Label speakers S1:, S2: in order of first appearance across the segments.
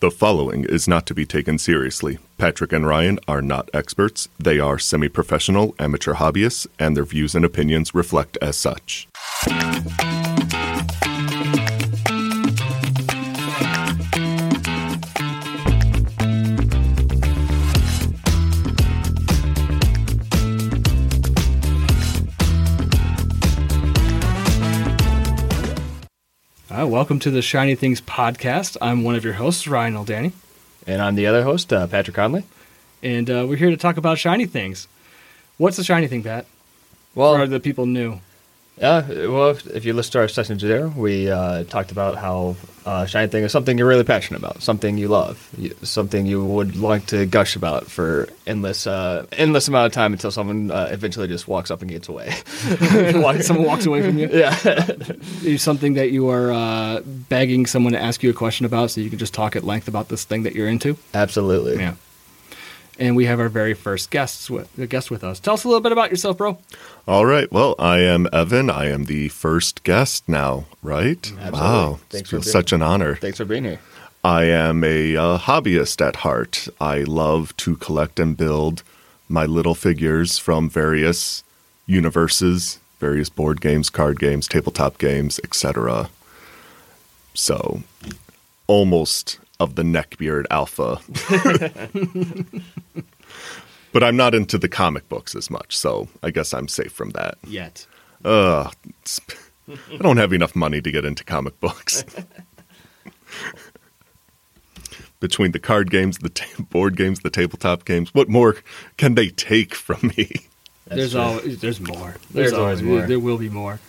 S1: The following is not to be taken seriously. Patrick and Ryan are not experts. They are semi professional, amateur hobbyists, and their views and opinions reflect as such.
S2: Uh, welcome to the Shiny Things podcast. I'm one of your hosts, Ryan Aldani,
S3: And I'm the other host, uh, Patrick Conley.
S2: and uh, we're here to talk about shiny things. What's a shiny thing, Pat? Or are
S3: Well,
S2: the people new?
S3: uh, well, if, if you listen to our session there, we uh, talked about how uh, shiny thing is something you're really passionate about, something you love, you, something you would like to gush about for endless, uh, endless amount of time until someone uh, eventually just walks up and gets away.
S2: Like someone walks away from you.
S3: yeah,
S2: Is something that you are uh, begging someone to ask you a question about, so you can just talk at length about this thing that you're into.
S3: absolutely.
S2: Yeah. And we have our very first guests with uh, guest with us. Tell us a little bit about yourself, bro.
S1: All right. Well, I am Evan. I am the first guest now, right?
S3: Absolutely.
S1: Wow.
S3: Thanks for
S1: feels
S3: being-
S1: such an honor.
S3: Thanks for being here.
S1: I am a uh, hobbyist at heart. I love to collect and build my little figures from various universes, various board games, card games, tabletop games, etc. So, almost of the neckbeard alpha. but I'm not into the comic books as much, so I guess I'm safe from that.
S2: Yet.
S1: Ugh. I don't have enough money to get into comic books. Between the card games, the ta- board games, the tabletop games, what more can they take from me?
S3: That's
S2: there's
S3: true.
S2: always there's more.
S3: There's always more.
S2: There will be more.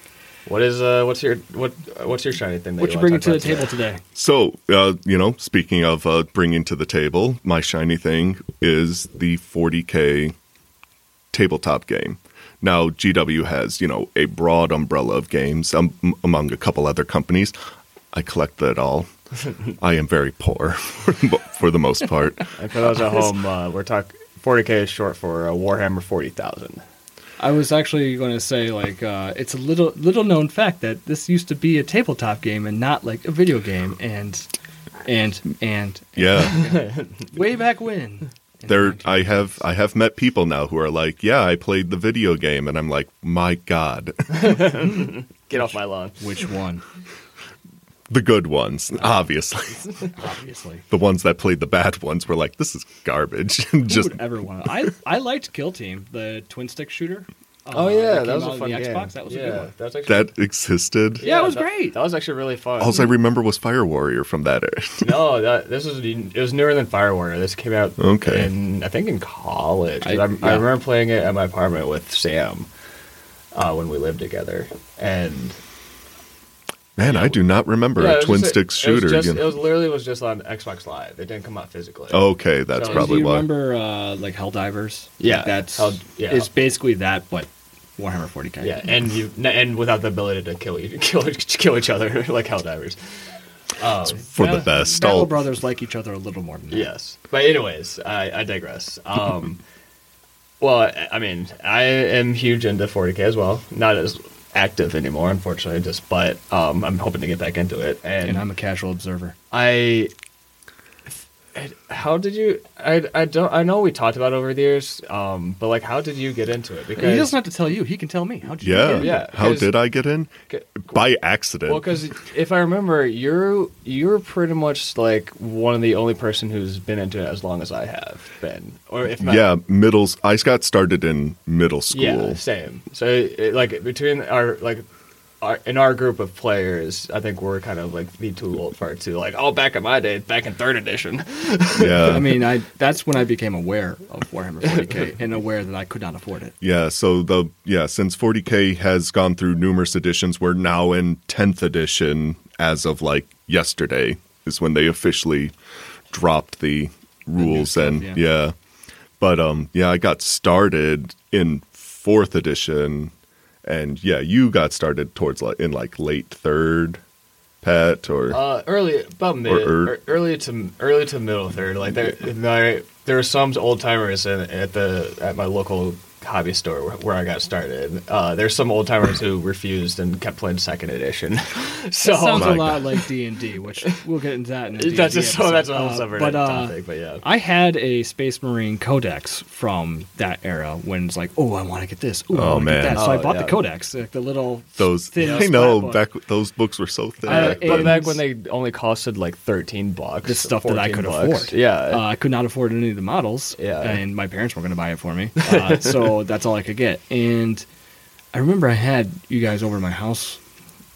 S3: What is uh, what's your what uh, what's your shiny thing? That
S2: What
S3: you
S2: you bringing
S3: wanna talk
S2: to the
S3: about today?
S2: table today?
S1: So, uh, you know, speaking of uh, bringing to the table, my shiny thing is the 40K tabletop game. Now, GW has, you know, a broad umbrella of games um, among a couple other companies. I collect that all. I am very poor for the mo- for the most part.
S3: And for those at home, uh, we're talking 40k is short for uh, Warhammer 40,000.
S2: I was actually going to say like uh, it's a little little known fact that this used to be a tabletop game and not like a video game and and and
S1: Yeah.
S2: way back when.
S1: There I have I have met people now who are like, "Yeah, I played the video game." And I'm like, "My god,
S3: Get off my lawn.
S2: Which one?
S1: the good ones, obviously."
S2: Obviously.
S1: the ones that played the bad ones were like, "This is garbage." And
S2: Who
S1: Just
S2: would ever want? I I liked Kill Team, the twin stick shooter. uh,
S3: Oh yeah,
S2: that came
S3: that was a
S2: out
S3: fun
S2: on the
S3: game.
S2: Xbox. That was
S3: yeah,
S2: a good one.
S3: That was actually,
S1: that existed.
S2: Yeah, it was
S3: that-
S2: great.
S3: That was actually really fun.
S1: All I remember was Fire Warrior from that era.
S3: no, that, this was it was newer than Fire Warrior. This came out
S1: Okay.
S3: in I think in college. 'Cause
S2: I-
S3: I, I
S2: yeah.
S3: remember playing it at my apartment with Sam uh, when we lived together, and
S1: Man, I do not remember
S3: Yeah, it
S1: a
S3: was
S1: twin
S3: just a-
S1: stick
S3: It
S1: shooter.
S3: was, just,
S1: you know?
S3: it was literally was just on Xbox Live. It didn't come out physically.
S1: okay, that's
S3: So-
S1: probably
S2: Do you
S1: why.
S2: remember uh, like Helldivers?
S3: Yeah,
S2: Like, that's
S3: Hell- yeah.
S2: it's basically that, but Warhammer 40k.
S3: Yeah, and you and without the ability to kill each- kill kill each other like Helldivers.
S1: For
S2: Battle-
S1: the best,
S2: Battle
S1: all
S2: brothers like each other a little more than that.
S3: Yes, but anyways, I, I digress. Um, well, I, I mean, I am huge into 40k as well. Not as active anymore, unfortunately, just but um, I'm hoping to get back into it. And,
S2: and I'm a casual observer.
S3: I. How did you? I, I don't. I know we talked about it over the years, um, but like, how did you get into it?
S2: He
S3: Because
S2: doesn't have to tell you. He can tell me. How'd you
S1: yeah.
S2: do it?
S3: Yeah,
S1: How
S3: 'cause-
S1: did I get in?
S3: c-
S1: By accident.
S3: Well, because if I remember, you're you're pretty much like one of the only person who's been into it as long as I have been, or if not,
S1: yeah, middle. I got started in middle school.
S3: yeah, same. So it, like between our like. Our, in our group of players, I think we're kind of like the too old part too. Like, oh, back in my day, back in third edition.
S1: Yeah.
S2: I mean, I that's when I became aware of Warhammer 40k and aware that I could not afford it.
S1: Yeah, so the yeah, since 40K has gone through numerous editions, we're now in 10th edition as of like yesterday is when they officially dropped the rules
S2: stuff,
S1: and
S2: yeah.
S1: yeah. But um yeah, I got started in 4th edition and yeah, you got started towards like in like late 3rd Pat or
S3: Uh, early about mid,
S1: er-
S3: er- early to early to middle third. Like there, there, there are some old timers in, at the at my local hobby store where, where I got started, uh, there's some old timers who refused and kept playing second edition. so
S2: That sounds
S1: my
S2: a lot like D and D, which we'll get into that in a D&D
S3: that's just so
S2: episode.
S3: that's a whole
S2: Uh,
S3: separate
S2: but, uh,
S3: topic. But yeah,
S2: I had a Space Marine Codex from that era when it's like, oh, I want to get this. Ooh, I
S1: Oh,
S2: want to get
S1: man.
S2: that. So I
S3: Oh,
S2: bought
S3: yeah.
S2: the Codex, like the little
S1: Those
S2: thin.
S1: I know
S2: scrapbook.
S1: back those books were so thin.
S2: Uh,
S1: back
S2: it-
S1: then.
S3: but back when they only costed like thirteen bucks,
S2: The stuff that I
S3: 14
S2: could
S3: bucks.
S2: afford.
S3: Yeah,
S2: Uh, I could not afford any of the models,
S3: Yeah.
S2: and my parents were going to buy it for me, uh, so that's all I could get. And I remember I had you guys over to my house,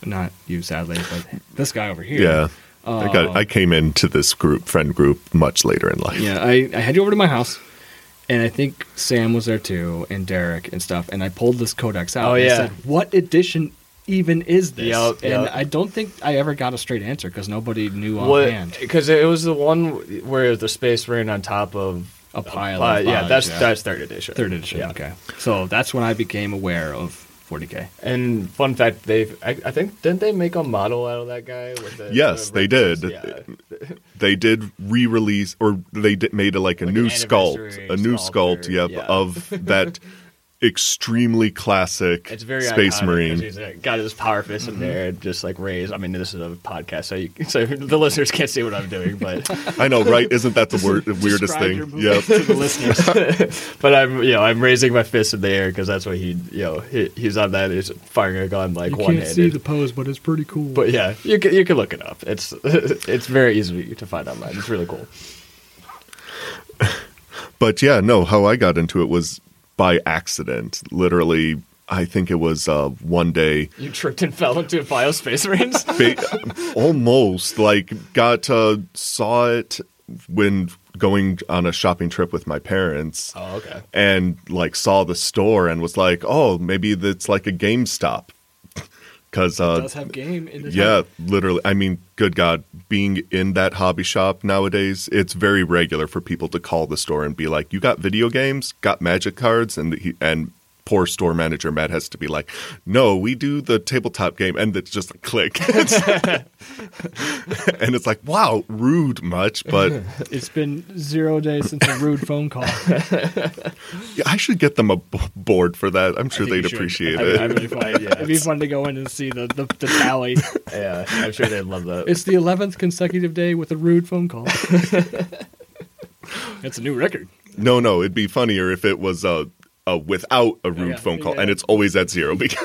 S2: not you sadly, but this guy over here.
S1: yeah, I
S2: Oh.
S1: got I came into this group friend group much later in life.
S2: yeah. I, I had you over to my house, and I think Sam was there too, and Derek and stuff. And I pulled this codex out.
S3: Oh,
S2: and I
S3: yeah.
S2: said, what edition even is this?
S3: Yup,
S2: and
S3: yup.
S2: I don't think I ever got a straight answer because nobody knew offhand.
S3: because it was the one where the space ran on top of
S2: A pile.
S3: Uh,
S2: of
S3: yeah,
S2: odds,
S3: that's that's third edition.
S2: third edition.
S3: Yeah.
S2: Okay, so that's when I became aware of 40k.
S3: And fun fact, they I, I think didn't they make a model out of that guy? With the,
S1: Yes,
S3: the
S1: they
S3: wrenches?
S1: did.
S3: Yeah.
S1: They did re-release or they did, made a, like a
S3: Like
S1: new
S3: an
S1: sculpt,
S3: anniversary
S1: a new
S3: sculpt
S1: sculpt,
S3: or-
S1: yep,
S3: yeah.
S1: of that extremely classic
S3: It's very
S1: space
S3: iconic 'cause
S1: marine.
S3: He's like, got his power fist in there, and just like raised. I mean, this is a podcast, so you, so the listeners can't see what I'm doing, but
S1: I know, right? Isn't that the word, weirdest
S2: Describe your
S1: thing?
S2: movie
S1: Yep.
S2: to the listeners.
S3: but I'm you know I'm raising my fist in the air because that's what he you know he, he's on that he's firing a gun like
S2: you
S3: one
S2: can't see the
S3: handed.
S2: pose, but it's pretty cool.
S3: But yeah, you can you can look it up. It's it's very easy to find online. It's really cool.
S1: But yeah, no, how I got into it was by accident. Literally, I think it was uh, one day.
S3: You tripped and fell into a pile of space marines.
S1: Ba- almost like got uh, saw it when going on a shopping trip with my parents.
S3: oh okay.
S1: and like saw the store and was like, oh, maybe that's like a GameStop. Because, uh,
S2: does have game in the
S1: yeah, literally. I mean, good God, being in that hobby shop nowadays, it's very regular for people to call the store and be like, you got video games, got magic cards, and he, and poor store manager Matt has to be like, no, we do the tabletop game. And it's just like, click. and it's like, wow, rude much, but
S2: It's been zero days since a rude phone call.
S1: yeah, I should get them a b- board for that. I'm sure
S2: think you
S1: they'd
S2: should.
S1: appreciate
S3: I
S1: it.
S3: mean, I mean, if I- yeah,
S2: It'd be fun to go in and see the, the, the tally.
S3: yeah, I'm sure they'd love that.
S2: It's the eleventh consecutive day with a rude phone call. That's a new record.
S1: No, no, it'd be funnier if it was uh, uh, without a rude
S2: yeah.
S1: phone call,
S2: Yeah.
S1: and it's always at zero. Because...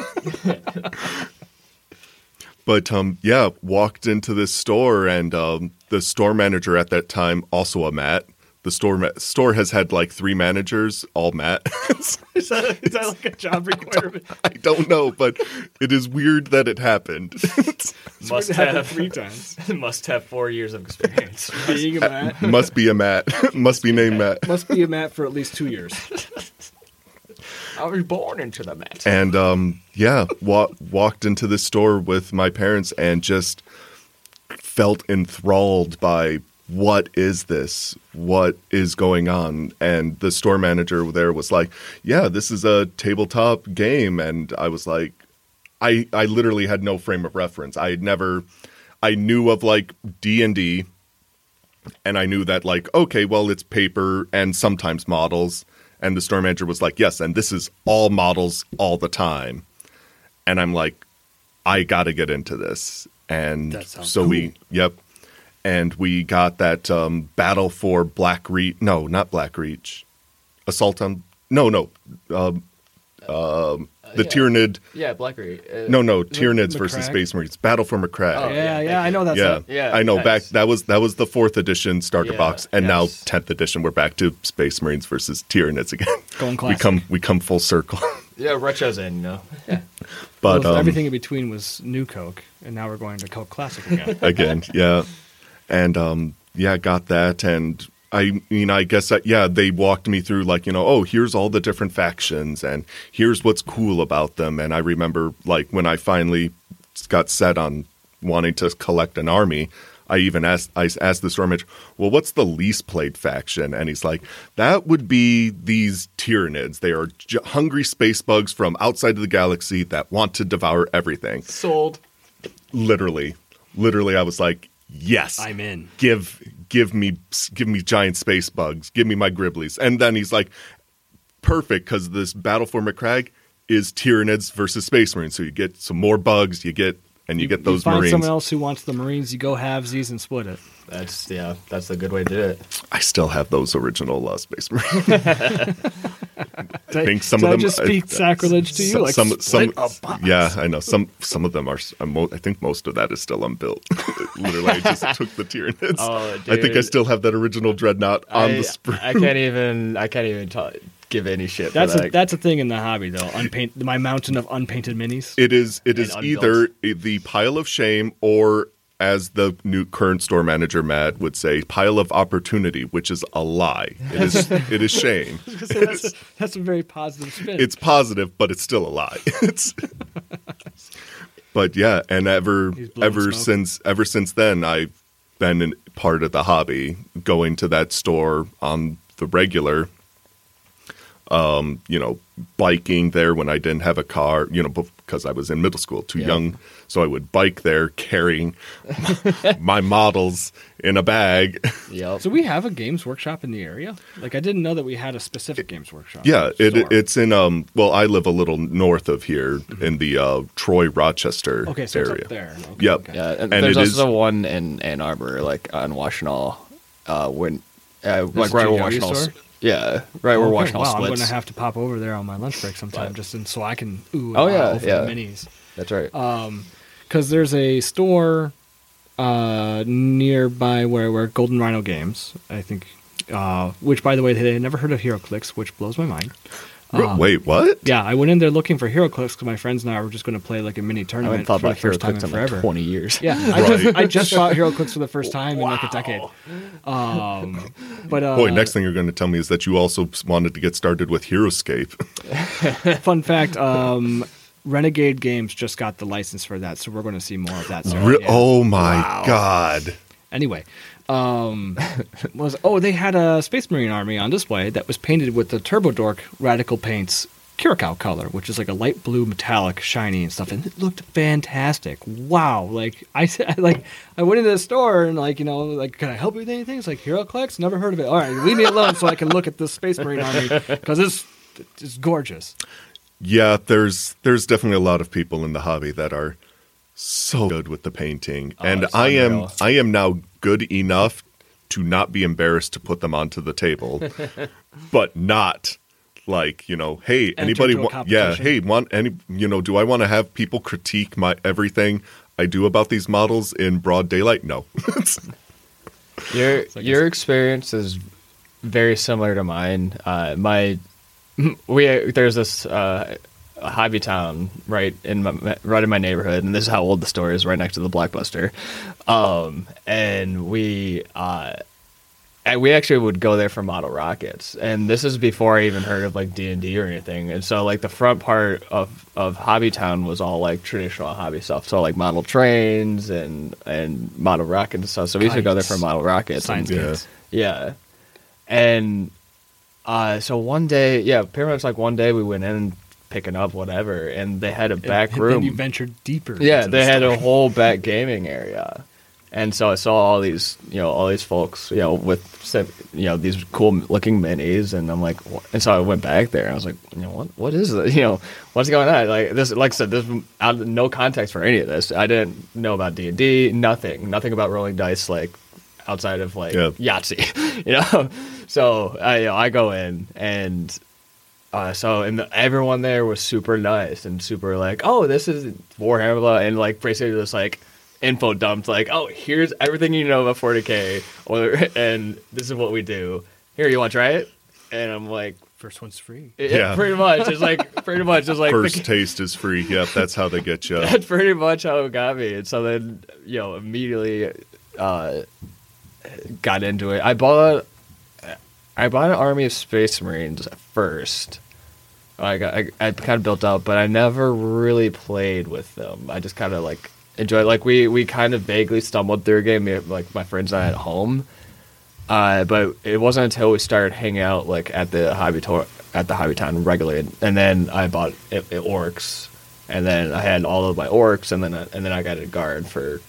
S1: but um, yeah, walked into this store, and um, the store manager at that time, also a Matt. The store ma- store has had like three managers, all Matt.
S2: Is that, is that like a job requirement?
S1: I don't know, but it is weird that it happened.
S3: must
S2: It's happened
S3: have
S2: three times.
S3: must have four years of experience.
S2: Being a Matt
S1: Must be a Matt. Must be named Matt.
S2: must be a Matt for at least two years.
S3: I was born into the mat.
S1: and um, yeah, wa- walked into the store with my parents and just felt enthralled by what is this? What is going on? And the store manager there was like, "Yeah, this is a tabletop game," and I was like, "I I literally had no frame of reference. I had never, I knew of like D and D." And I knew that, like, okay, well, it's paper and sometimes models. And the store manager was like, yes, and this is all models all the time. And I'm like, I got to get into this. And
S2: That sounds
S1: so we, yep. And we got that um, battle for Black Reach. No, not Black Reach. Assault on. No, no. Um,
S2: Uh,
S1: um, the
S3: yeah.
S1: Tyranid.
S3: Yeah, Blackery. Uh,
S1: No, no. Tyranids versus
S2: McCrack?
S1: Space Marines. Battle for McCrack
S3: Oh, yeah,
S2: yeah,
S3: thank
S2: yeah, I
S3: you.
S2: know that's
S1: yeah,
S2: it.
S3: Yeah,
S1: I know.
S3: nice.
S1: Back that was that was the fourth edition starter
S3: Yeah,
S1: box, and
S3: yes.
S1: now tenth edition. We're back to Space Marines versus Tyranids again.
S2: Going
S1: we
S2: classic.
S1: come we come full circle.
S3: Yeah, Retros in, you know.
S1: but
S2: Well,
S1: um,
S2: everything in between was new Coke, and now we're going to Coke Classic again.
S1: again, yeah, and um, yeah, got that, and I mean, I guess that yeah, they walked me through like you know, oh, here's all the different factions, and here's what's cool about them, and I remember like when I finally got set on wanting to collect an army. I even asked I asked the storm manager, "Well, what's the least played faction?" And he's like, "That would be these Tyranids. They are j- hungry space bugs from outside of the galaxy that want to devour everything."
S3: Sold.
S1: Literally, literally, I was like, "Yes,
S2: I'm in.
S1: give give me give me giant space bugs. Give me my Gribblies." And then he's like, perfect because this battle for McCrag is Tyranids versus Space Marines. So you get some more bugs, you get and you, get those
S2: find
S1: Marines.
S2: someone else who wants the Marines. You go halvesies and split it.
S3: That's yeah, that's the good way to do it.
S1: I still have those original uh, Space Marines.
S2: Did I
S1: think some
S2: did
S1: of
S2: I
S1: them-
S2: just speak
S1: uh,
S2: sacrilege to you?
S1: Some-
S2: like oh,
S1: some, some,
S2: split a box?
S1: yeah, I know. Some some of them are. s- I'm mo- I think most of that is still unbuilt. Literally, I just took the Tyranids.
S3: Oh,
S1: I think I
S3: dude.
S1: still have that original dreadnought on
S3: I,
S1: the sprue.
S3: I can't even. I can't even ta- give any shit.
S2: That's
S3: for
S2: a,
S3: that.
S2: that's a thing in the hobby though. Unpaint my mountain of unpainted minis.
S1: It is. It
S3: And
S1: is
S3: unbuilt.
S1: either the pile of shame or. As the new current store manager Matt would say, pile of opportunity, which is a lie. It is it is shame.
S2: So that's, a, that's a very positive spin.
S1: It's positive, but it's still a lie. It's But yeah, and ever
S2: He's blowing
S1: ever
S2: smoke.
S1: since ever since then I've been in part of the hobby, going to that store on the regular. Um, you know, biking there when I didn't have a car, you know, because I was in middle school, too
S3: Yeah.
S1: young. So I would bike there carrying my models in a bag.
S3: yep.
S2: so we have a games workshop in the area. Like I didn't know that we had a specific games workshop.
S1: Yeah, it,
S2: store.
S1: it's in um. Well, I live a little north of here in the uh, Troy Rochester
S2: Mm-hmm. okay. So
S1: area.
S2: it's up there. Okay,
S1: Yep.
S2: okay.
S3: yeah, and,
S1: And
S3: there's
S1: it
S3: also one in Ann Arbor, like on Washtenaw, uh, when uh, like
S2: a
S3: right where
S2: GW
S3: Washtenaw.
S2: store?
S3: Yeah, right where
S2: Okay,
S3: Washtenaw
S2: wow, I'm
S3: splits.
S2: gonna have to pop over there on my lunch break sometime,
S3: But-
S2: just in, so I can ooh and
S3: Oh,
S2: ah
S3: yeah,
S2: over
S3: yeah.
S2: the minis.
S3: That's right.
S2: uh, because there's a store uh, nearby where where Golden Rhino Games, I think. Uh, which, by the way, they never heard of HeroClix, which blows my mind.
S1: Ro- Wait, what?
S2: Yeah, I went in there looking for HeroClix because my friends and I were just going to play like a mini
S3: I
S2: tournament
S3: haven't thought
S2: for the
S3: about Hero
S2: first time
S3: Clicks
S2: in
S3: in like
S2: forever.
S3: 20 years.
S2: Yeah, I just
S1: Right.
S2: I just bought HeroClix for the first time in like a decade. Um, but uh,
S1: Boy, next thing you're going to tell me is that you also wanted to get started with Heroescape.
S2: fun fact: um, Renegade Games just got the license for that, so we're going to see more of that. soon.
S1: Re-
S2: Yeah.
S1: Oh my god!
S2: Anyway, um, was oh they had a Space Marine army on display that was painted with the Turbo Dork Radical Paints Curacao color, which is like a light blue, metallic, shiny and stuff, and it looked fantastic. Wow! Like I said, like I went into the store and like you know like can I help you with anything? It's like HeroClix, never heard of it. All right, leave me alone so I can look at this Space Marine army because it's it's gorgeous.
S1: Yeah, there's there's definitely a lot of people in the hobby that are so good with the painting,
S2: Oh,
S1: and
S3: it's
S1: I am
S3: unreal.
S1: I am now good enough to not be embarrassed to put them onto the table, but not like you know, hey, anybody,
S2: into a
S1: wa- yeah,
S2: competition.
S1: hey, want any, you know, do I want to have people critique my everything I do about these models in broad daylight? No,
S3: Your
S2: like a-
S3: your experience is very similar to mine. Uh, my we there's this uh, hobby town right in my right in my neighborhood, and this is how old the store is. Right next to the Blockbuster, um, and we. Uh, and we actually would go there for model rockets and this is before i even heard of like d&d or anything and so like the front part of of hobby town was all like traditional hobby stuff so like model trains and and model rockets and stuff so we used to go there for
S2: Kites.
S3: model rockets
S2: Science
S1: Yeah.
S2: games.
S3: yeah. And uh, so one day, yeah, pretty much like one day we went in picking up whatever, and they had a back
S2: And
S3: room.
S2: Then you ventured deeper.
S3: yeah,
S2: into the
S3: they had
S2: story.
S3: a whole back gaming area. And so I saw all these, you know, all these folks, you know, with, sim- you know, these cool looking minis, and I'm like, "Wha-" and so I went back there, and I was like, you know, what, what is this? You know, what's going on? Like this, like I said, this, I had no context for any of this. I didn't know about D and D, nothing, nothing about rolling dice, like outside of like
S1: Yeah.
S3: Yahtzee, you know. So I, you know, I go in, and uh, so and the, everyone there was super nice and super like, oh, this is Warhammer, blah," and like basically just like info dumped, like, oh, here's everything you know about 40k, or, and this is what we do. Here, you want to try it? And I'm like,
S2: First one's free.
S3: it,
S1: Yeah.
S3: pretty much. It's like pretty much just like the-
S1: first taste is free. Yep, that's how they get you.
S3: that's pretty much how it got me. And so then, you know, immediately uh, got into it. I bought I bought an army of Space Marines first. I got I, I kind of built up, but I never really played with them. I just kind of like enjoyed. Like we we kind of vaguely stumbled through a game. me- Like my friends and I at home. Uh, but it wasn't until we started hanging out like at the hobby tour at the hobby town regularly, and then I bought it, it orcs, and then I had all of my orcs, and then I, and then I got a guard for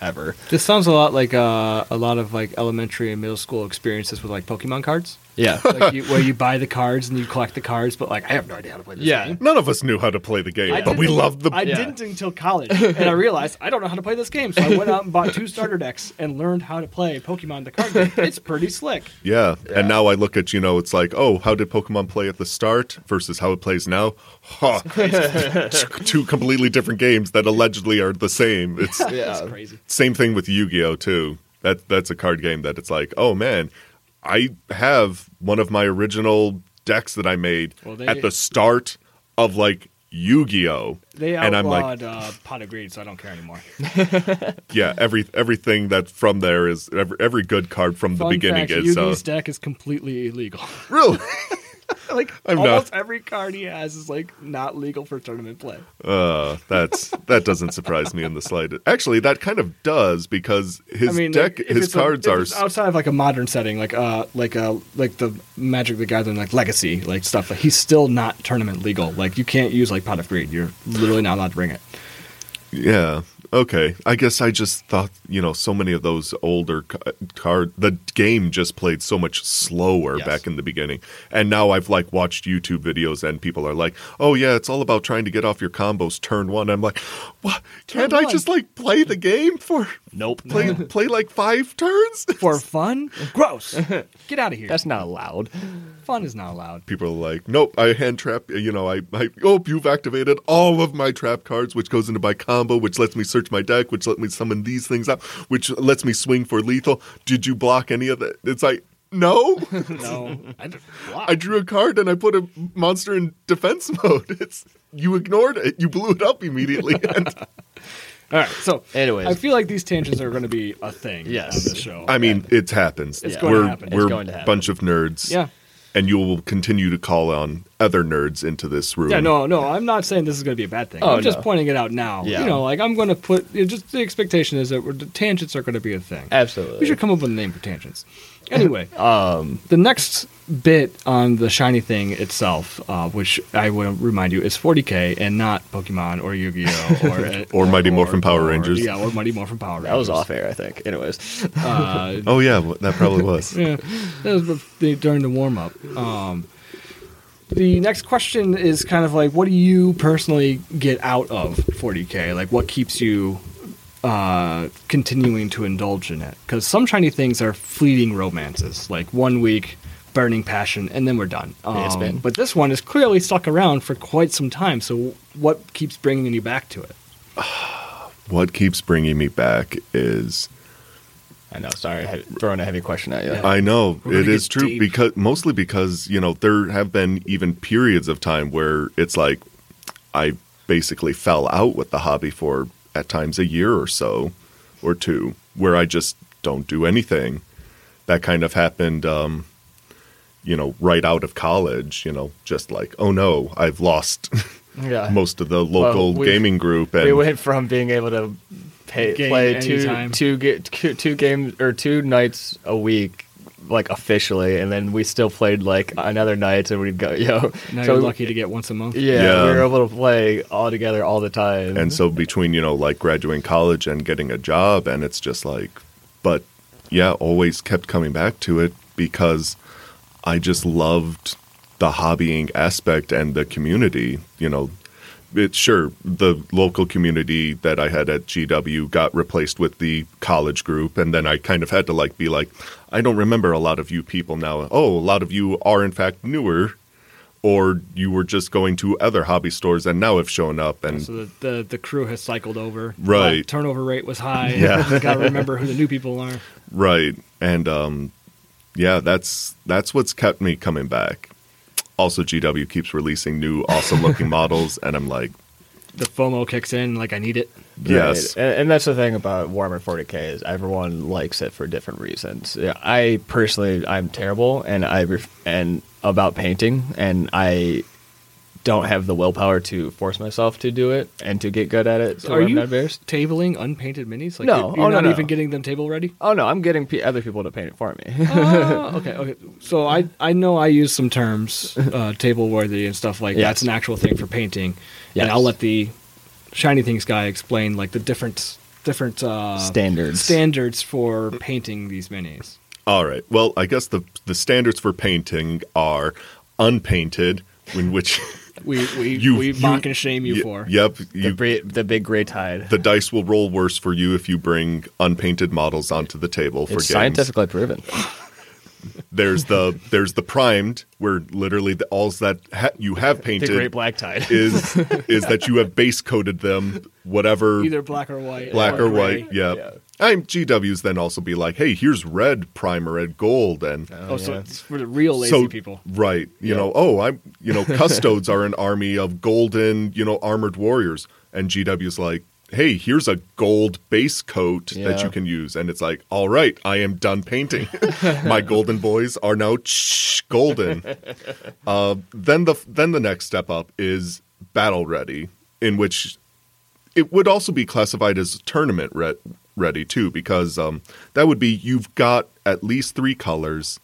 S3: ever.
S2: This sounds a lot like uh, a lot of like elementary and middle school experiences with like Pokemon cards.
S3: Yeah.
S2: like you, where you buy the cards and you collect the cards, but like I have no idea how to play this
S3: Yeah.
S2: game.
S1: None of us knew how to play the game,
S2: I
S1: but we
S2: didn't-
S1: loved the.
S2: I
S3: Yeah.
S2: didn't until college, and I realized I don't know how to play this game. So I went out and bought two starter decks and learned how to play Pokemon the card game. It's pretty slick.
S1: yeah. and now I look at you know it's like oh how did Pokemon play at the start versus how it plays now? Ha, two completely different games that allegedly are the same. It's
S3: Yeah.
S2: It's crazy.
S1: same thing with Yu-Gi-Oh too. That that's a card game that it's like, oh man, I have one of my original decks that I made
S2: Well, they-
S1: at the start of like Yu-Gi-Oh,
S2: They outlawed
S1: and I'm like,
S2: uh, Pot of Greed, so I don't care anymore.
S1: yeah, every everything that from there is every, every good card from
S2: Fun
S1: the beginning
S2: fact,
S1: is uh,
S2: Yugi's deck is completely illegal.
S1: really.
S2: like
S1: I'm not-
S2: almost every card he has is like not legal for tournament play.
S1: Uh, that's that doesn't surprise me in the slightest. Actually, that kind of does because his
S2: I mean,
S1: deck,
S2: like, if
S1: his
S2: it's a-
S1: cards
S2: if
S1: are
S2: it's outside of like a modern setting, like uh, like uh, like the Magic the Gathering, like Legacy, like stuff. Like, he's still not tournament legal. Like you can't use like Pot of Greed. You're literally not allowed to bring it.
S1: Yeah. Okay. I guess I just thought, you know, so many of those older ca- card the game just played so much slower
S3: Yes.
S1: back in the beginning. And now I've like watched YouTube videos and people are like, "Oh yeah, it's all about trying to get off your combos turn 1." I'm like, "What? Can't I
S2: one.
S1: just like play the game for
S3: Nope.
S1: play play like 5 turns?"
S2: For fun? Gross. Get out of here.
S3: That's not allowed.
S2: fun is not allowed.
S1: People are like, nope, I hand trap, you know, I, I, oh, you've activated all of my trap cards, which goes into my combo, which lets me search my deck, which lets me summon these things up, which lets me swing for lethal. Did you block any of that? It's like, no,
S2: No. I don't-
S1: I drew a card and I put a monster in defense mode. It's, you ignored it, you blew it up immediately. And,
S2: All right. So,
S3: Anyways.
S2: I feel like these tangents are going to be a thing.
S3: Yes.
S2: On this show.
S1: I mean, it happens.
S2: It's
S1: we're
S2: going to happen. It's
S1: we're
S3: going to
S1: a
S3: happen.
S1: bunch of nerds.
S2: Yeah.
S1: And you will continue to call on other nerds into this room.
S2: Yeah, no, no. I'm not saying this is going to be a bad thing.
S3: Oh,
S2: I'm just
S3: no.
S2: pointing it out now.
S3: Yeah.
S2: You know, like I'm going to put you know, just the expectation is that we're, the tangents are going to be a thing.
S3: Absolutely.
S2: We should come up with a name for tangents. Anyway, um, the next bit on the shiny thing itself, uh, which I will remind you is 40k and not Pokemon or Yu-Gi-Oh or
S1: Or Mighty Morphin Power Rangers.
S2: Yeah, or Mighty Morphin Power Rangers.
S3: That was off air, I think. Anyways.
S2: Uh,
S1: Oh, yeah, that probably was.
S2: yeah, that was bef- the- during the warm up. Um, the next question is kind of like, what do you personally get out of 40k? Like, what keeps you uh, continuing to indulge in it? Because some shiny things are fleeting romances, like one week, burning passion, and then we're done.
S3: Yeah, it's
S2: Um,
S3: been-
S2: But this one is clearly stuck around for quite some time. So, what keeps bringing you back to it?
S1: what keeps bringing me back is
S3: I know. Sorry, I had- throwing a heavy question at you. Uh,
S2: Yeah.
S1: I know
S2: We're gonna
S1: it
S2: get
S1: is true
S2: deep.
S1: because mostly because you know there have been even periods of time where it's like I basically fell out with the hobby for at times a year or so or two where I just don't do anything. That kind of happened um you know right out of college, you know, just like oh no, I've lost
S3: Yeah.
S1: most of the local
S3: we've-
S1: gaming group and
S3: we went from being able to pay,
S2: Game
S3: play two
S2: anytime.
S3: two ga- two two games or two nights a week like officially and then we still played like another night and we'd go yo
S2: Now
S3: so
S2: you're
S3: we-
S2: lucky to get once a month.
S3: yeah,
S1: Yeah.
S3: we were able to play all together all the time
S1: And so between, you know, like graduating college and getting a job and it's just like but yeah, always kept coming back to it because I just loved the hobbying aspect and the community, you know. It sure the local community that I had at GW got replaced with the college group and then I kind of had to like be like I don't remember a lot of you people now. Oh, a lot of you are in fact newer or you were just going to other hobby stores and now have shown up and
S2: So the, the, the crew has cycled over.
S1: Right.
S2: Uh, turnover rate was high.
S1: Yeah.
S2: Got to remember who the new people are.
S1: Right. And um yeah, that's that's what's kept me coming back. Also GW keeps releasing new awesome looking models and I'm like,
S2: The FOMO kicks in. Like, I need it.
S1: yes.
S3: Right. And, and that's the thing about Warhammer 40k is everyone likes it for different reasons. Yeah, I personally, I'm terrible, and I ref- and about painting, and I don't have the willpower to force myself to do it and to get good at it. So
S2: are
S3: I'm
S2: you
S3: not embarrassed.
S2: tabling unpainted minis? Like,
S3: No.
S2: You're,
S3: Oh,
S2: you're
S3: no,
S2: not
S3: no.
S2: even getting them table ready?
S3: Oh no, I'm getting pe other people to paint it for me.
S2: Oh, okay. Okay. So I, I know I use some terms, uh, table worthy and stuff like
S3: Yes.
S2: that's an actual thing for painting. And
S3: Yes.
S2: I'll let the shiny things guy explain like the different different uh,
S3: Standards.
S2: standards for painting these minis.
S1: All right. Well, I guess the the standards for painting are unpainted, in which
S2: We we
S1: You-
S2: we
S1: you-
S2: mock and shame you
S1: Y-
S2: for.
S1: Yep,
S3: The,
S1: you,
S3: bri- the big gray tide.
S1: the dice will roll worse for you if you bring unpainted models onto the table for
S3: it's
S1: games.
S3: scientifically proven.
S1: There's the there's the primed where literally the, all's that ha- you have
S3: the
S1: painted
S3: great black tide.
S1: is is that you have base coated them whatever
S2: Either black or white.
S1: black or
S2: gray.
S1: white. Yep.
S3: Yeah.
S1: I'm GWs then also be like, hey, here's red primer and gold and
S2: Oh, so it's for the real lazy people.
S1: Right. You
S3: Yeah.
S1: know, oh, I'm, you know, custodes are an army of golden, you know, armored warriors. And GW's like, hey, here's a gold base coat that
S3: Yeah.
S1: you can use. And it's like, all right, I am done painting. My golden boys are now shh, golden. Uh, then the then the next step up is battle ready, in which it would also be classified as tournament re- ready too, because um, that would be you've got at least three colors,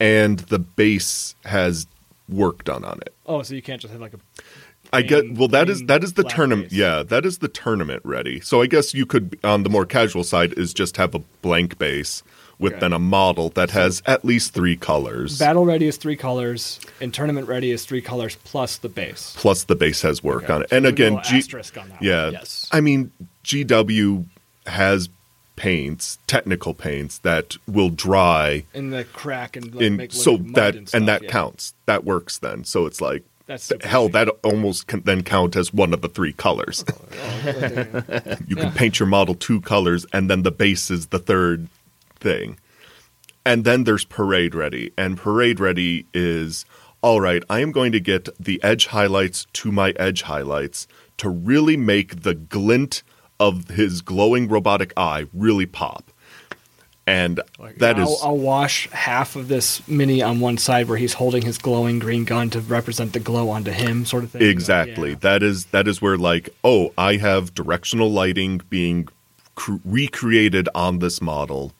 S1: and the base has work done on it.
S2: Oh, so you can't just have like a.
S1: I get
S2: Green-
S1: well. That is
S2: green,
S1: that is the
S2: black
S1: tournament.
S2: base.
S1: Yeah, that is the tournament ready. So I guess you could on the more casual side is just have a blank base with
S2: Okay.
S1: then a model that has at least three colors.
S2: Battle ready is three colors, and tournament ready is three colors plus the base.
S1: plus the base has work
S3: Okay.
S1: on it. And
S2: Put a
S1: again,
S2: little
S1: G-
S2: asterisk on that. one.
S1: yeah,
S3: Yes.
S1: I mean GW has paints, technical paints that will dry
S2: And the crack and like,
S1: in
S2: make look
S1: so
S2: mud
S1: that
S2: and,
S1: and,
S2: stuff,
S1: that
S2: yeah.
S1: counts. That works then. So it's like
S2: That's
S1: th-
S2: super
S1: hell
S2: easy.
S1: that almost can then count as one of the three colors. you
S2: Yeah.
S1: can paint your model two colors and then the base is the third thing. And then there's parade ready. And parade ready is all right, I am going to get the edge highlights to my edge highlights to really make the glint of his glowing robotic eye really pop. And that is
S2: I'll, I'll wash half of this mini on one side where he's holding his glowing green gun to represent the glow onto him, sort of thing.
S1: Exactly.
S2: Yeah.
S1: That is that is where like oh I have directional lighting being cr- recreated on this model.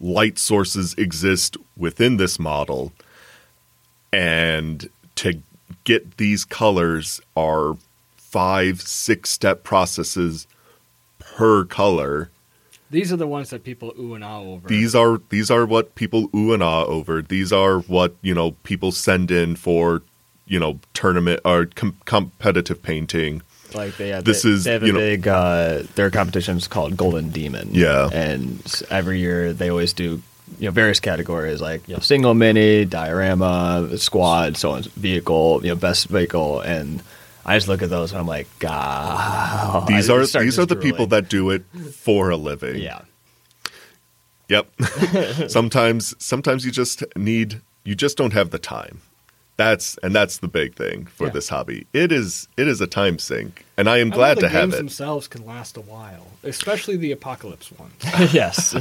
S1: Light sources exist within this model, and to get these colors are five six step processes per color.
S2: These are the ones that people ooh and ah over.
S1: These are these are what people ooh and ah over. These are what you know people send in for you know tournament or com- competitive painting.
S3: Like they, yeah,
S1: This
S3: they,
S1: is,
S3: they have a
S1: you know-
S3: big. Uh, their competition's called Golden Demon.
S1: Yeah.
S3: and s- every year they always do you know various categories like you know single mini, diorama, squad, so on, vehicle, you know best vehicle, and I just look at those and I'm like, God.
S1: these
S3: I
S1: are
S3: start
S1: these
S3: just
S1: are the people
S3: drooling.
S1: that do it for a living.
S3: yeah.
S1: Yep. sometimes sometimes you just need you just don't have the time. That's and that's the big thing for
S2: Yeah.
S1: this hobby. It is it is a time sink, and I am
S2: I know
S1: glad
S2: the
S1: to have
S2: games
S1: it.
S2: themselves can last a while, especially the apocalypse ones,
S3: yes.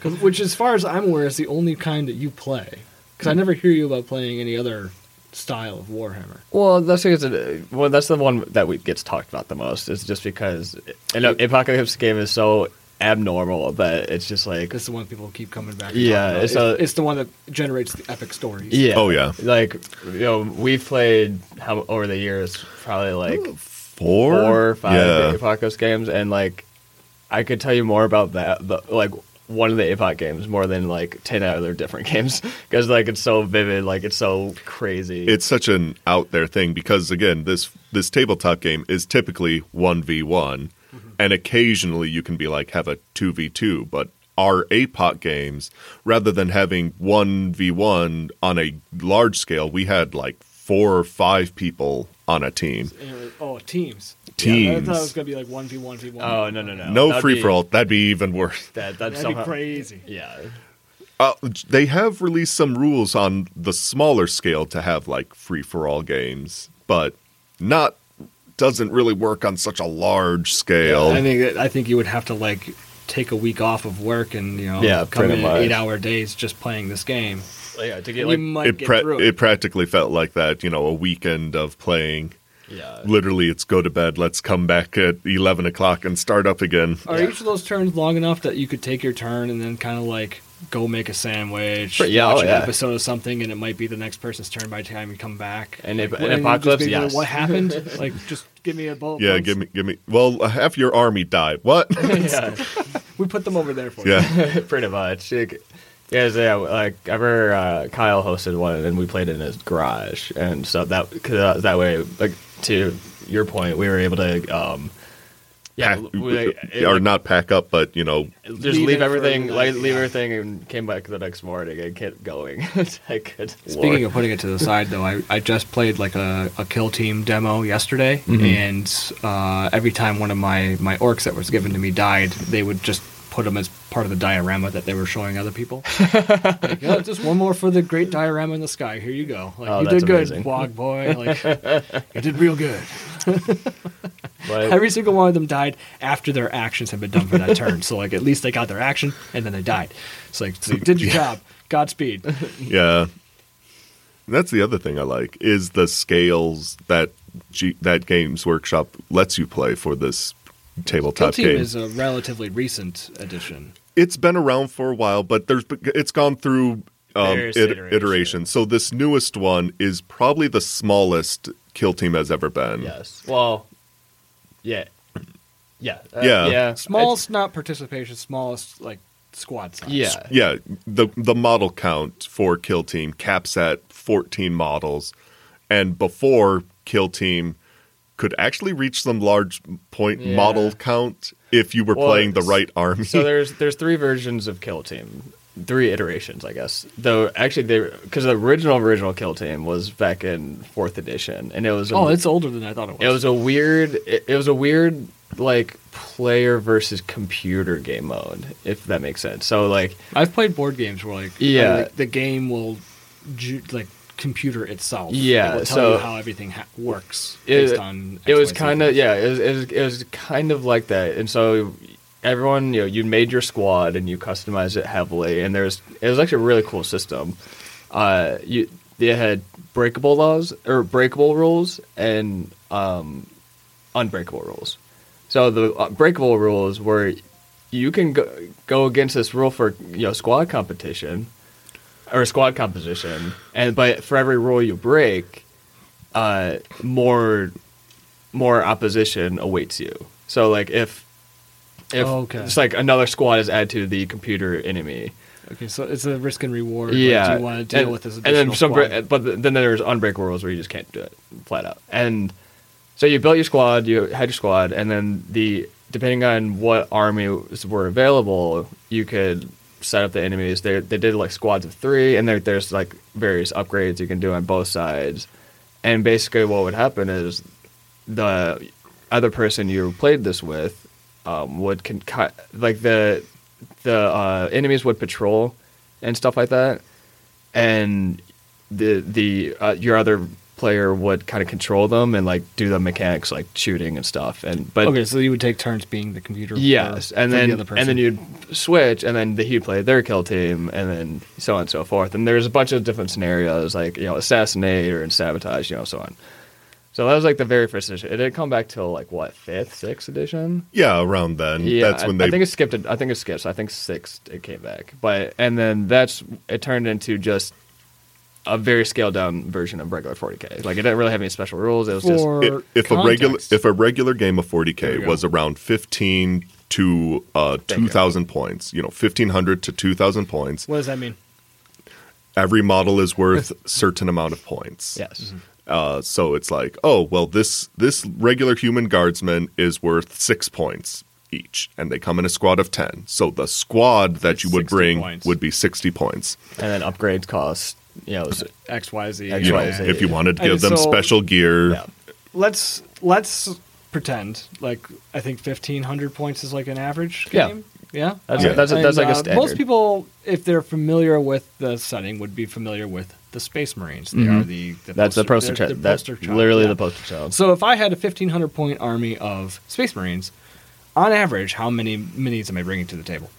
S2: 'Cause- which, as far as I'm aware, is the only kind that you play. Because I never hear you about playing any other style of Warhammer.
S3: Well, that's because it, well, that's the one that we, gets talked about the most. It's just because an apocalypse game is so abnormal that it's just like
S2: It's the one people keep coming back. and
S3: Yeah,
S2: talking about.
S3: it's
S2: it's,
S3: a-
S2: it's the one that generates the epic stories.
S3: yeah,
S1: Oh, yeah.
S3: Like you know, we've played how over the years probably like
S1: Four,
S3: four or five
S1: Yeah.
S3: apocalypse games, and like I could tell you more about that, the, like one of the Apoc games more than like ten other different games because like it's so vivid, like it's so crazy.
S1: it's such an out there thing because again this this tabletop game is typically 1v1
S3: Mm-hmm.
S1: and occasionally you can be like have a 2v2 but our apoc games rather than having 1v1 on a large scale we had like four or five people on a team
S2: Anyway, oh, teams. Yeah, I
S1: Teams.
S2: thought it was gonna be like one v one v one.
S3: oh no no no
S1: no
S3: That'd
S1: free
S3: be-
S1: for all that'd be even worse
S3: That that's
S2: That'd
S3: somehow,
S2: be crazy.
S3: Yeah.
S1: Uh, they have released some rules on the smaller scale to have like free for all games, but not doesn't really work on such a large scale.
S2: I think that- I think you would have to like take a week off of work and you know
S3: Yeah,
S2: come
S3: pretty
S2: in
S3: much.
S2: eight hour days just playing this game.
S3: yeah, to get
S2: You
S3: like
S2: might
S1: it,
S2: get
S1: pra-
S2: through
S1: it.
S2: it.
S1: practically felt like that, you know, a weekend of playing.
S3: yeah,
S1: Literally, it's go to bed, let's come back at 11 o'clock and start up again.
S2: Are
S3: Yeah.
S2: each of those turns long enough that you could take your turn and then kind of like go make a sandwich,
S3: Sure, yeah,
S2: watch
S3: oh,
S2: an
S3: yeah.
S2: episode of something, and it might be the next person's turn by the time you come back?
S3: And if-
S2: like,
S3: an
S2: and you just
S3: apocalypse,
S2: be like,
S3: yes.
S2: What happened? like, just give me a bullet.
S1: Yeah,
S2: points.
S1: give me, give me. Well, half your army died. What?
S3: yeah,
S2: We put them over there for you.
S1: yeah.
S3: pretty much. Like, Yeah, so, yeah. Like I remember uh, Kyle hosted one, and we played in his garage, and so that cause, uh, that way, like to your point, we were able to, um, yeah,
S1: Pack-
S3: we, like, it-
S1: or not pack up, but you know,
S3: just
S2: Leave
S3: leave,
S2: it for
S3: everything,
S2: the-
S3: like, leave
S2: yeah.
S3: everything, and came back the next morning and kept going. I could.
S2: Speaking of putting it to the side, though, I, I just played like a, a kill team demo yesterday,
S3: Mm-hmm.
S2: and uh, every time one of my, my orcs that was given to me died, they would just put them as part of the diorama that they were showing other people. like, "Oh, just one more for the great diorama in the sky. Here you go. Like,
S3: Oh,
S2: you
S3: that's
S2: did good,
S3: amazing.
S2: Wog boy. Like, you did real good.
S3: But-
S2: Every single one of them died after their actions had been done for that turn. So like, at least they got their action, and then they died. It's like, so you did your job. Godspeed.
S1: yeah. And that's the other thing I like is the scales that G- that Games Workshop lets you play for this
S2: Kill
S1: tabletop
S2: Team
S1: game.
S2: is a relatively recent addition.
S1: it's been around for a while, but there's it's gone through um,
S3: Various
S1: it-
S3: iterations,
S1: iterations. So this newest one is probably the smallest kill team has ever been.
S3: yes, well, yeah, yeah, uh,
S1: Yeah.
S3: yeah.
S2: Smallest not participation, smallest like squad size.
S3: yeah,
S1: Yeah, the the model count for Kill Team caps at 14 models, and before Kill Team could actually reach some large point
S3: Yeah.
S1: model count if you were
S3: Well,
S1: playing the
S3: s-
S1: right army.
S3: So there's there's three versions of Kill Team, three iterations, I guess. Though actually, they because the original original Kill Team was back in fourth edition, and it was a,
S2: Oh, it's older than I thought it was.
S3: it was a weird it, it was a weird like player versus computer game mode, if that makes sense. So like
S2: I've played board games where like
S3: Yeah.
S2: uh, like, the game will ju- like computer itself.
S3: Yeah,
S2: it will tell
S3: so-
S2: you how everything ha- works based on.
S3: it was
S2: XYZ.
S3: kind of yeah it was, it was it was kind of like that and so everyone you know you made your squad and you customized it heavily and there's it was actually a really cool system uh you they had breakable laws or breakable rules and um unbreakable rules so the uh, breakable rules were you can go, go against this rule for you know squad competition or squad composition and but for every rule you break uh, more more opposition awaits you. So like if if
S2: Okay.
S3: it's like another squad is added to the computer enemy.
S2: okay, so it's a risk and reward. like,
S3: yeah.
S2: do you want to deal
S3: and,
S2: with this
S3: and
S2: additional
S3: then some
S2: squad?
S3: bre- but th- then there's unbreakable rules where you just can't do it flat out. And so you built your squad, you had your squad and then the depending on what armies were available, you could set up the enemies. They they did like squads of 3 and there there's like various upgrades you can do on both sides. And basically, what would happen is the other person you played this with um, would con- ki- like the the uh, enemies would patrol and stuff like that, and the the uh, your other player would kind of control them and like do the mechanics like shooting and stuff. And but
S2: okay, so you would take turns being the computer. for-
S3: Yes, and
S2: for
S3: then
S2: the other person.
S3: and then you'd switch, and then he'd play their kill team, and then so on and so forth. And there's a bunch of different scenarios, like you know, assassinate or and sabotage, you know, so on. So that was like the very first edition. It didn't come back till like what fifth, sixth edition.
S1: yeah, around then.
S3: Yeah,
S1: that's when
S3: I,
S1: they
S3: I think it skipped. It, I think it skips. I think sixth it came back, but and then that's it turned into just a very scaled down version of regular 40k. Like it didn't really have any special rules. It was just
S2: For
S1: i- if a regular
S2: context-
S1: if a regular game of
S2: There we
S1: 40k
S2: go.
S1: was around 15 to uh,
S3: There you go.
S1: 2000 points, you know, 1500 to 2000 points,
S2: what does that mean?
S1: every model is worth certain amount of points.
S3: yes.
S1: Uh, so it's like, oh well, this this regular human guardsman is worth six points each, and they come in a squad of ten. So the squad that you would
S2: 60
S1: bring
S2: points.
S1: would be sixty points.
S3: And then upgrades cost, you know, s-
S2: X Y Z.
S3: X,
S1: You know,
S3: Y, Z.
S1: if you wanted to give
S2: And
S1: them
S2: so-
S1: special gear,
S3: yeah.
S2: let's let's pretend like I think fifteen hundred points is like an average
S3: Yeah.
S2: game. Yeah,
S3: That's-
S1: that's-
S3: that's like a
S2: uh, most
S3: standard.
S2: people, if they're familiar with the setting, would be familiar with the Space Marines. They are the, the
S3: Mm-hmm. That's the poster
S2: they're
S3: child.
S2: the
S3: That's
S2: poster child,
S3: literally
S2: yeah.
S3: the poster child.
S2: So if I had a fifteen hundred point army of Space Marines, on average, how many minis am I bringing to the table?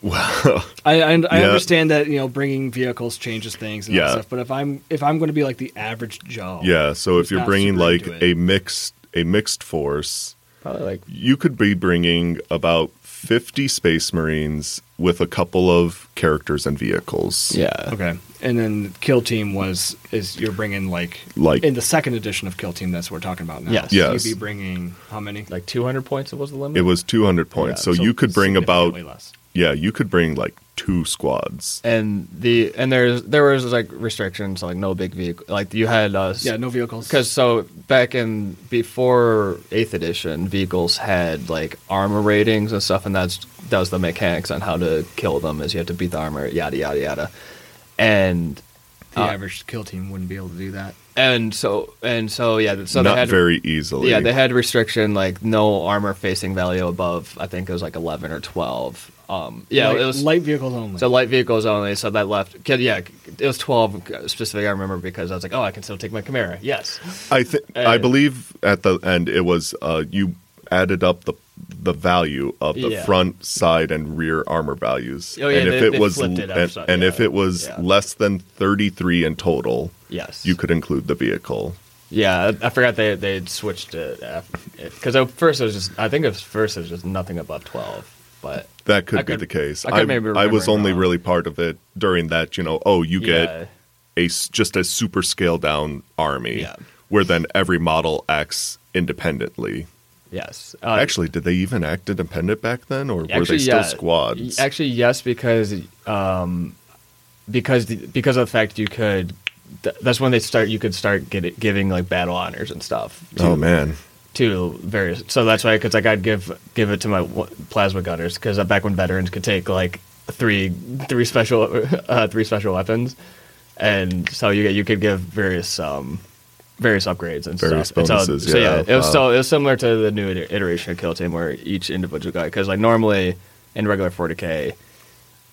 S1: well,
S2: I, I, I
S1: Yeah.
S2: understand that you know bringing vehicles changes things and all that
S1: Yeah.
S2: stuff, but if I'm if I'm going to be like the average Joe,
S1: yeah. So
S2: Who's
S1: if you're
S2: not
S1: bringing
S2: super
S1: like
S2: into
S1: a
S2: it.
S1: mixed a mixed force,
S3: Probably like
S1: you could be bringing about fifty Space Marines with a couple of characters and vehicles.
S3: yeah.
S2: Okay. And then Kill Team was is you're bringing like
S1: Like-
S2: in the second edition of Kill Team that's what we're talking about now.
S3: Yes.
S2: So
S1: Yes.
S2: You'd be bringing how many?
S3: Like 200 points was the limit.
S1: It was 200 points.
S3: Yeah,
S1: so,
S3: so
S1: you could bring about
S2: Significantly less.
S1: yeah, you could bring like two squads.
S3: and the and there's there was like restrictions like no big vehicle like you had uh
S2: Yeah, no vehicles.
S3: because so back in before eighth edition vehicles had like armor ratings and stuff and that's that was the mechanics on how to kill them is you have to beat the armor yada yada yada and
S2: the
S3: uh,
S2: average kill team wouldn't be able to do that.
S3: and so and so yeah so
S1: Not
S3: they had
S1: very easily.
S3: yeah they had restriction like no armor facing value above i think it was like 11 or 12 um yeah
S2: light,
S3: it was
S2: light vehicles only.
S3: so light vehicles only. So that left. 'cause, Yeah, it was twelve specific. I remember because I was like, oh, I can still take my Camaro. Yes.
S1: I think
S3: Uh,
S1: I believe at the end it was uh, you added up the the value of the
S3: Yeah.
S1: front, side, and rear armor values.
S3: Oh, yeah,
S1: and if
S3: they-
S1: it
S3: they
S1: was
S3: flipped it
S1: and,
S3: upside-
S1: and if
S3: yeah,
S1: it was
S3: yeah.
S1: less than thirty three in total,
S3: Yes.
S1: you could include the vehicle.
S3: Yeah, I I forgot they they had switched it because at first it was just I think at first it was just nothing above twelve, but
S1: That could
S3: I
S1: be
S3: could-
S1: the case.
S3: I could maybe
S1: I was
S3: remember
S1: only
S3: wrong.
S1: really part of it during that. You know, oh, you get
S3: Yeah.
S1: a s- just a super scaled down army,
S3: Yeah.
S1: where then every model acts independently.
S3: yes. Uh,
S1: Actually, did they even act independent back then, or were they
S3: actually,
S1: still
S3: yeah.
S1: squads?
S3: Actually, yes, because um, because the, because of the fact you could. th- That's when they start. You could start get it- giving like battle honors and stuff. to
S1: oh man,
S3: to various. So that's why, because like I'd give give it to my wa- plasma gunners, because back when veterans could take like three three special uh, three special weapons, and so you you could give various um various upgrades and
S1: Various
S3: stuff. And so-
S1: bonuses,
S3: so,
S1: yeah,
S3: it was
S1: wow.
S3: so it was similar to the new iter- iteration of Kill Team, where each individual guy, because like normally in regular 40k,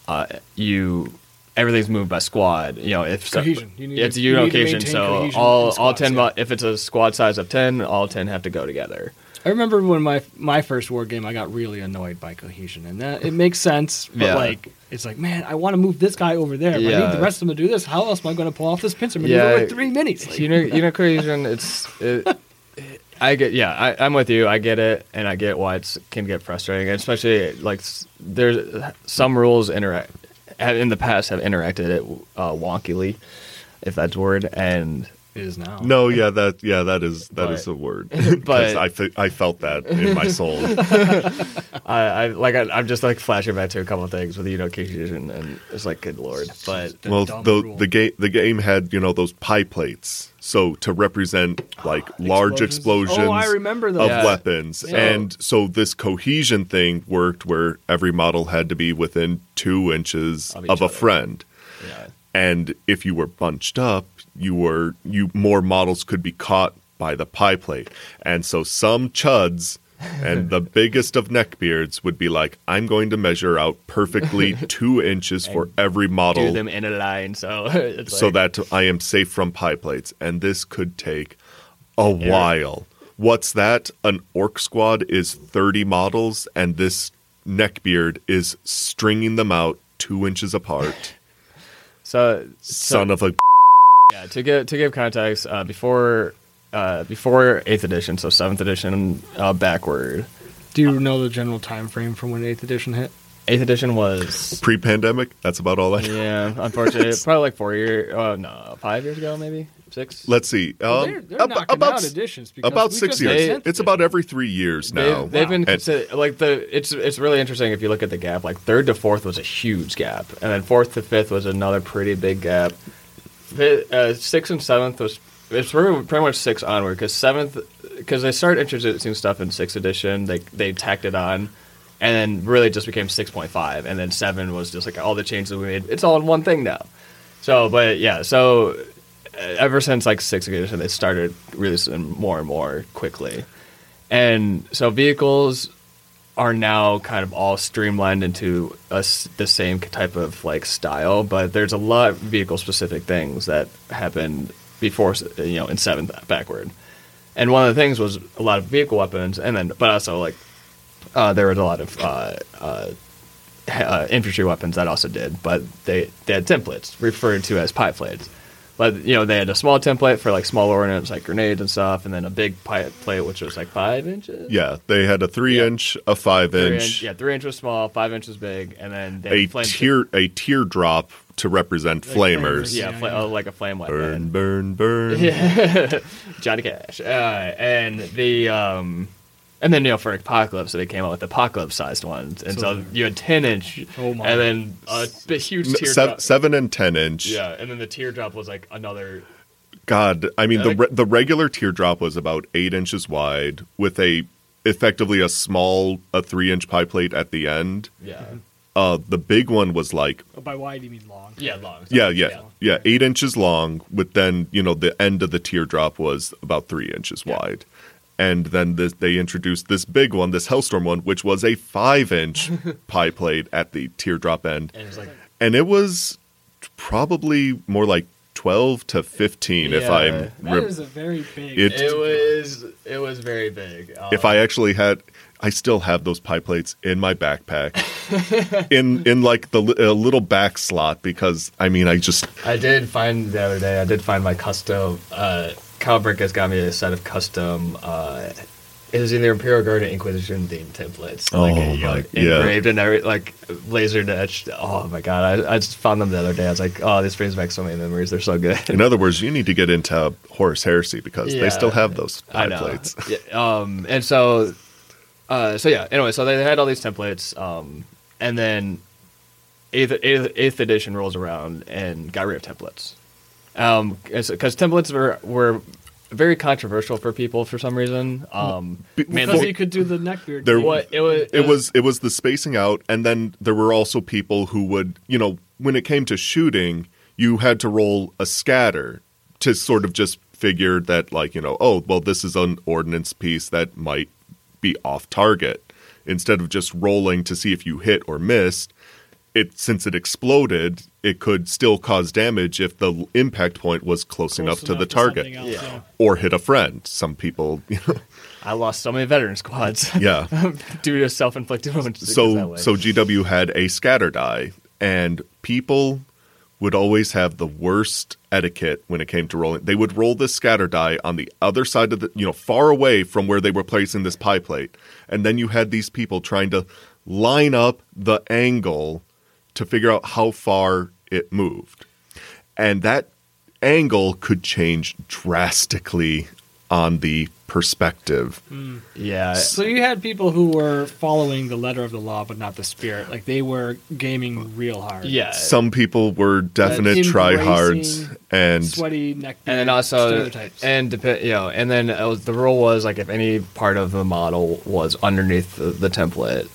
S3: uh, you. Everything's moved by squad. You know, if so-
S2: Cohesion. You need
S3: it's
S2: to-
S3: a unit
S2: you need to
S3: occasion,
S2: maintain
S3: so
S2: cohesion
S3: all
S2: in
S3: all
S2: squads,
S3: ten
S2: yeah.
S3: mo- if it's a squad size of 10, all 10 have to go together.
S2: I remember when my my first war game, I got really annoyed by cohesion, and that it makes sense. But
S3: Yeah.
S2: like, it's like, man, I want to move this guy over there. But I need
S3: Yeah.
S2: the rest of them to do this. How else am I going to pull off this pincer maneuver
S3: Yeah.
S2: with three minis? Like,
S3: you know, you know, cohesion. It's, it, I get, yeah, I, I'm with you. I get it, and I get why it can get frustrating, and especially like s- there's some rules interact have, in the past have interacted it uh, wonkily, if that's a word, and
S2: it is now.
S1: no, yeah, that yeah, that is that is
S3: But-
S1: a word.
S3: but-
S1: 'Cause I fe- I felt that in my soul.
S3: I, I like I, I'm just like flashing back to a couple of things with you know cohesion, and it's like good lord, but
S2: The
S1: well,
S2: dumb
S1: the
S2: rule.
S1: the game the game had you know those pie plates, so to represent like large explosions.
S2: Oh, I remember those.
S1: of
S3: Yeah.
S1: weapons.
S2: Yeah.
S1: And so this cohesion thing worked where every model had to be within two inches
S3: Of
S1: of,
S3: each
S1: a
S3: other.
S1: friend.
S3: yeah,
S1: And if you were bunched up, you were you more models could be caught by the pie plate. And so some chuds and the biggest of neckbeards would be like, I'm going to measure out perfectly two inches for every model
S3: do them in a line, so it's
S1: Oh. so
S3: like,
S1: that I am safe from pie plates. And this could take a while. What's that? An orc squad is 30 models, and this neckbeard is stringing them out two inches apart.
S3: so
S1: Son of a.
S3: Yeah, to give to give context, uh, before uh, before eighth edition, so seventh edition uh, backward.
S2: Do you know the general time frame from when Eighth Edition hit?
S3: Eighth edition was
S1: Pre pandemic, that's about all I know.
S3: yeah, unfortunately, probably like four year, uh, no, five years ago maybe six.
S1: Let's see. Um,
S2: Well, they're- they're
S1: ab-
S2: knocking
S1: about
S2: out
S1: s-
S2: editions because
S1: about
S2: we
S1: six
S2: just
S1: years.
S3: They-
S2: sent
S1: it's
S2: it.
S1: about every three years
S3: They,
S1: now.
S3: They've been
S1: And-
S3: consi- like the it's it's really interesting if you look at the gap. Like third to fourth was a huge gap, and then fourth to fifth was another pretty big gap. Fi uh, sixth and seventh was it's pretty, pretty much six onward because seventh because they started introducing stuff in sixth edition. They they tacked it on, and then really just became six point five, and then seven was just like all the changes we made. It's all in one thing now. So, but yeah, so uh, ever since like sixth edition, they started releasing more and more quickly. And so vehicles are now kind of all streamlined into a s the same type of like style, but there's a lot of vehicle specific things that happened before, s- you know, in seventh backward. And one of the things was a lot of vehicle weapons, and then but also like uh, there was a lot of uh, uh, he- uh, infantry weapons that also did, but they, they had templates referred to as pie plates. But you know they had a small template for like small ordnance like grenades and stuff, and then a big pie plate which was like five inches.
S1: yeah, they had a three
S3: Yeah.
S1: inch, a five
S3: Three
S1: inch,
S3: inch- yeah, three inch was small, five inch was big, and then they
S1: a
S3: flame
S1: tear, a teardrop to represent
S2: flamers,
S1: flamers.
S3: Yeah,
S2: Yeah,
S3: fla-
S2: yeah.
S3: uh, like a flame
S1: Burn,
S3: weapon.
S1: burn, burn.
S3: Johnny Cash, uh, and the um, And then you know for Apocalypse, they came out with apocalypse sized ones, and so,
S2: So-
S3: you had ten inch,
S2: Oh my.
S3: and then a b- huge
S1: Seven,
S3: teardrop.
S1: seven and ten inch.
S3: Yeah, and then the teardrop was like another.
S1: God, I mean the
S3: Yeah,
S1: re- the regular teardrop was about eight inches wide with a effectively a small a three inch pie plate at the end.
S3: Yeah,
S1: Uh, the big one was like
S2: By wide, you mean long.
S3: yeah, long.
S1: yeah, yeah, yeah, eight inches long. With then you know the end of the teardrop was about three inches wide, and then this, they introduced this big one, this Hellstorm one, which was a five inch pie plate at the teardrop end,
S3: And it was like
S1: and it was probably more like twelve to fifteen if I'm.
S3: Yeah.
S2: That
S1: rem-
S2: is a very big.
S1: It-
S3: it was it was very big. Um,
S1: if I actually had, I still have those pie plates in my backpack, in in like the li- a little back slot because I mean I just
S3: I did find the other day. I did find my custom. Uh, Kyle Brick has got me a set of custom. Uh, it was either Imperial Guard or Inquisition themed templates. like,
S1: Oh
S3: uh, you know,
S1: my- yeah.
S3: engraved and every like laser etched. Oh my god! I, I just found them the other day. I was like, oh, this brings back so many memories. They're so good.
S1: in other words you need to get into Horace Heresy because
S3: Yeah.
S1: they still have those
S3: I
S1: pie
S3: know.
S1: plates.
S3: Yeah, um, and so, uh, so yeah. Anyway, so they had all these templates, um, and then eighth, eighth, eighth edition rolls around and got rid of templates, um, because templates were were very controversial for people for some reason. Um,
S2: Because
S3: mainly-
S2: you could do the neckbeard.
S1: There-
S2: thing.
S3: what it was,
S1: It was it was the spacing out, and then there were also people who would you know when it came to shooting, you had to roll a scatter to sort of just figure that like you know oh well this is an ordnance piece that might be off target instead of just rolling to see if you hit or missed. It since it exploded, it could still cause damage if the l- impact point was close,
S2: Close
S1: enough, to the
S2: enough something
S1: target
S2: else,
S3: Yeah.
S2: yeah.
S1: or hit a friend. Some people,
S3: I lost so many veteran squads
S1: yeah.
S3: due to self inflicted wounds. that
S1: so
S3: way.
S1: so GW had a scatter die, and people would always have the worst etiquette when it came to rolling. They would roll this scatter die on the other side of the, you know, far away from where they were placing this pie plate, and then you had these people trying to line up the angle to figure out how far it moved, and that angle could change drastically on the perspective.
S3: yeah,
S2: So you had people who were following the letter of the law, but not the spirit. Like they were gaming real hard.
S3: yeah.
S1: some people were definite
S2: Embracing
S1: tryhards and
S2: Sweaty neckbeard.
S3: and then also
S2: stereotypes.
S3: and depend you know and then it was, the rule was like if any part of the model was underneath the, the template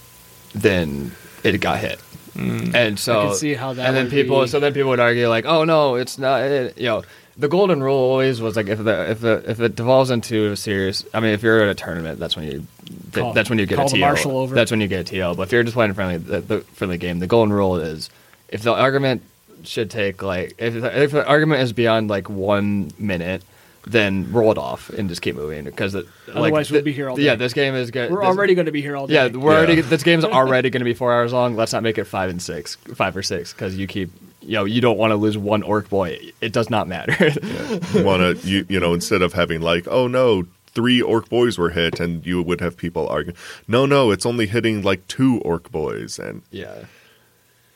S3: then it got hit and so
S2: Mm. I can see how that
S3: and then
S2: would
S3: people
S2: be-
S3: so then people would argue like oh no it's not it. you know the golden rule always was like if the if the if it devolves into a serious I mean if you're at a tournament that's when you that-
S2: Call-
S3: that's when you get
S2: call
S3: a
S2: the
S3: TO
S2: marshal over.
S3: that's when you get a TO but if you're just playing a friendly the, the friendly game the golden rule is if the argument should take like if the, if the argument is beyond like one minute then roll it off and just keep moving because it, like,
S2: Otherwise, we'll
S3: th-
S2: be here all
S3: yeah
S2: day.
S3: this game is good
S2: we're already going to be here all day.
S3: yeah we're
S1: Yeah.
S3: already this game's already going to be four hours long let's not make it five and six five or six because you keep you know you don't want to lose one orc boy it does not matter
S1: want to you, you know instead of having like oh no three orc boys were hit and you would have people argue no no it's only hitting like two orc boys and
S3: yeah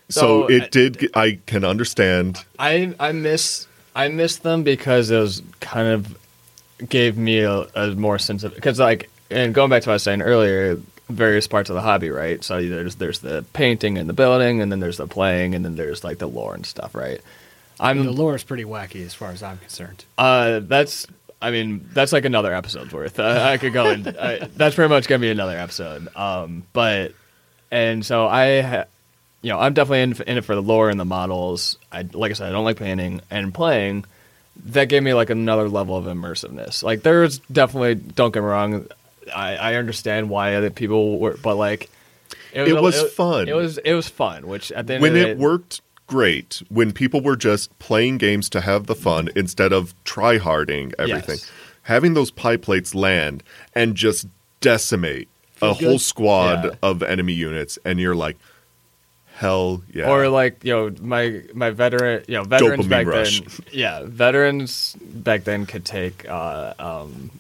S1: so,
S3: So, uh, I-
S1: it did get, i can understand
S3: I I miss I miss them because it was kind of gave me a, a more sense of because like and going back to what I was saying earlier, various parts of the hobby, right? So there's there's the painting and the building, and then there's the playing, and then there's like the lore and stuff, right?
S2: And the
S3: I'm
S2: lore is pretty wacky as far as I'm concerned.
S3: uh that's. I mean, that's like another episode's worth. Uh, I could go and I, that's pretty much gonna be another episode. Um, but and so I, ha- you know, I'm definitely in, in it for the lore and the models. I like I said, I don't like painting and playing. That gave me like another level of immersiveness. Like there's definitely don't get me wrong, I, I understand why other people were, but like
S1: It
S3: a-
S1: was fun.
S3: It was it was fun. Which at the end
S1: when
S3: of the
S1: it
S3: day-
S1: worked great when people were just playing games to have the fun instead of tryharding everything
S3: Yes.
S1: having those pie plates land and just decimate a
S2: good.
S1: whole squad
S3: Yeah.
S1: of enemy units and you're like hell yeah
S3: Or like you know my my veteran you know veterans
S1: Dopamine
S3: back
S1: rush.
S3: then yeah veterans back then could take uh, um,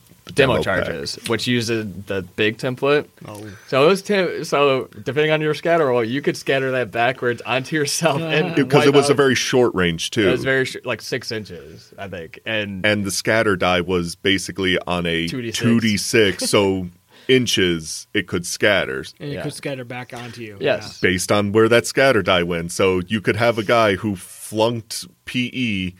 S1: Demo
S3: demo,
S1: pack.
S3: charges which used the big template.
S2: Oh.
S3: So those tem- so depending on your scatter roll you could scatter that backwards onto yourself and
S1: because it
S3: wipe
S1: was a
S3: out-
S1: very short range too.
S3: it was very sh- like six inches I think and
S1: and the scatter die was basically on a
S3: 2d6.
S1: 2d6, so inches, it could scatter
S2: and it
S3: Yeah.
S2: could scatter back onto you.
S3: Yes.
S1: based on where that scatter die went. So you could have a guy who flunked PE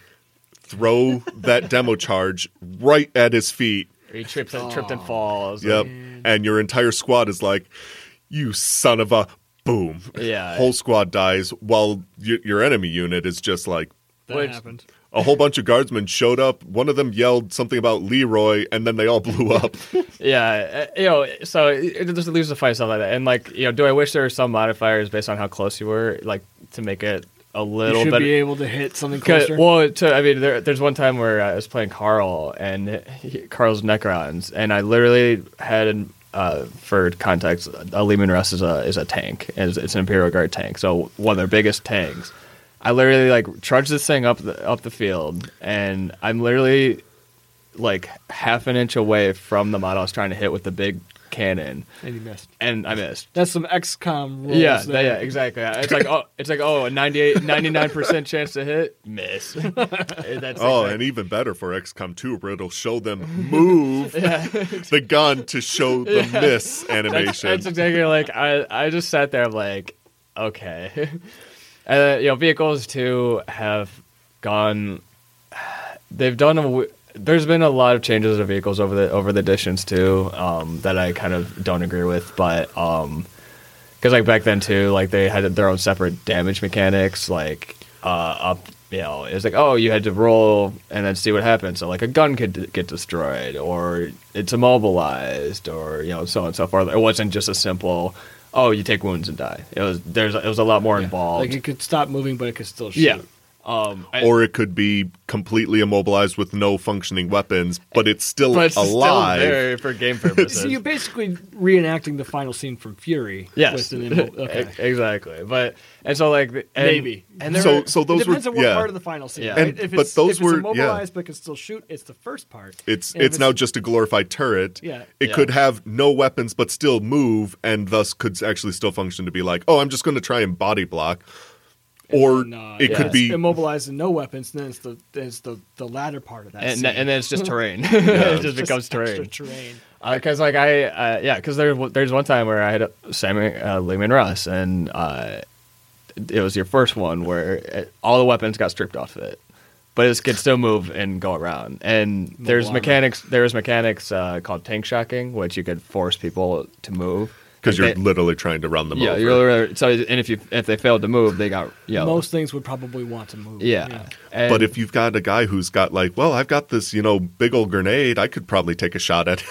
S1: throw that demo charge right at his feet.
S3: He tripped and, tripped and falls.
S1: Yep. And your entire squad is like, you son of a boom.
S3: Yeah.
S1: Whole squad dies while y- your enemy unit is just like,
S2: that
S3: Which-
S2: happened.
S1: a whole bunch of guardsmen showed up. One of them yelled something about Leroy, and then they all blew up.
S3: Yeah, uh, you know, so it it just leaves the fight stuff like that. And like, you know, do I wish there were some modifiers based on how close you were, like to make it a
S2: You
S3: little
S2: should
S3: bit
S2: be able to hit something
S3: 'Cause-
S2: closer.
S3: Well, to, I mean, there, there's one time where uh, I was playing Carl and he, Carl's Necrons, and I literally had, uh, for context, a Lehman Russ is a is a tank, it's, it's an Imperial Guard tank, so one of their biggest tanks. I literally like charged this thing up the up the field, and I'm literally like half an inch away from the model I was trying to hit with the big cannon,
S2: and you missed.
S3: and I missed.
S2: That's some XCOM rules.
S3: Yeah, uh,
S2: there.
S3: yeah, exactly. It's like oh, it's like oh, a 98 99 percent chance to hit, miss. That's
S1: Oh,
S3: exact-
S1: and even better for XCOM 2, where it'll show them move the gun to show the miss
S3: that's,
S1: animation.
S3: that's exactly like I I just sat there like okay, and uh, you know vehicles too have gone. They've done a. w- There's been a lot of changes to vehicles over the over the editions too um, that I kind of don't agree with, but um, because like back then too, like they had their own separate damage mechanics, like uh, up. You know, it's like oh, you had to roll and then see what happened. So like a gun could d- get destroyed, or it's immobilized, or you know, so on and so forth. It wasn't just a simple oh, you take wounds and die. It was there's it was a lot more involved.
S2: Like it could stop moving, but it could still shoot.
S3: yeah. Um, I-
S1: or it could be completely immobilized with no functioning weapons, but it's still
S3: but it's
S1: alive.
S3: still there for game purposes.
S2: So you're basically reenacting the final scene from Fury.
S3: yes,
S2: With an immo- okay.
S3: E- exactly. But and so like the- and-
S2: Maybe.
S3: and there
S1: So-
S3: were-
S1: so those
S2: it depends
S1: were-
S2: on what
S1: yeah.
S2: part of the final scene.
S3: Yeah.
S2: right?
S1: And-
S2: if
S1: but
S2: it's,
S1: those
S2: if
S1: were- yeah.
S2: it's immobilized but can still shoot, it's the first part.
S1: It's
S2: And if
S1: it's now just a glorified turret.
S2: Yeah.
S1: It
S3: Yeah.
S1: could have no weapons but still move and thus could actually still function to be like, "Oh, I'm just going to try and body block." Or
S2: No,
S1: it
S2: yeah.
S1: could
S2: It's
S1: be
S2: immobilized and no weapons. And then it's the then it's the, the latter part of that.
S3: and,
S2: scene.
S3: and then it's just terrain. it just becomes terrain.
S2: extra terrain.
S3: because like I uh, yeah, because there there's one time where I had a Sammy uh, Lehman Russ and uh, it was your first one where it, all the weapons got stripped off of it, but it could still move and go around. And there's
S2: armor.
S3: mechanics there's mechanics uh, called tank shocking, which you could force people to move
S1: because you're
S3: Like they-
S1: literally trying to run them
S3: yeah
S1: over.
S3: you're literally- so and if you if they failed to move they got yeah
S2: Most things would probably want to move.
S3: yeah. And-
S1: but if you've got a guy who's got like, well, I've got this, you know, big old grenade, I could probably take a shot at. it."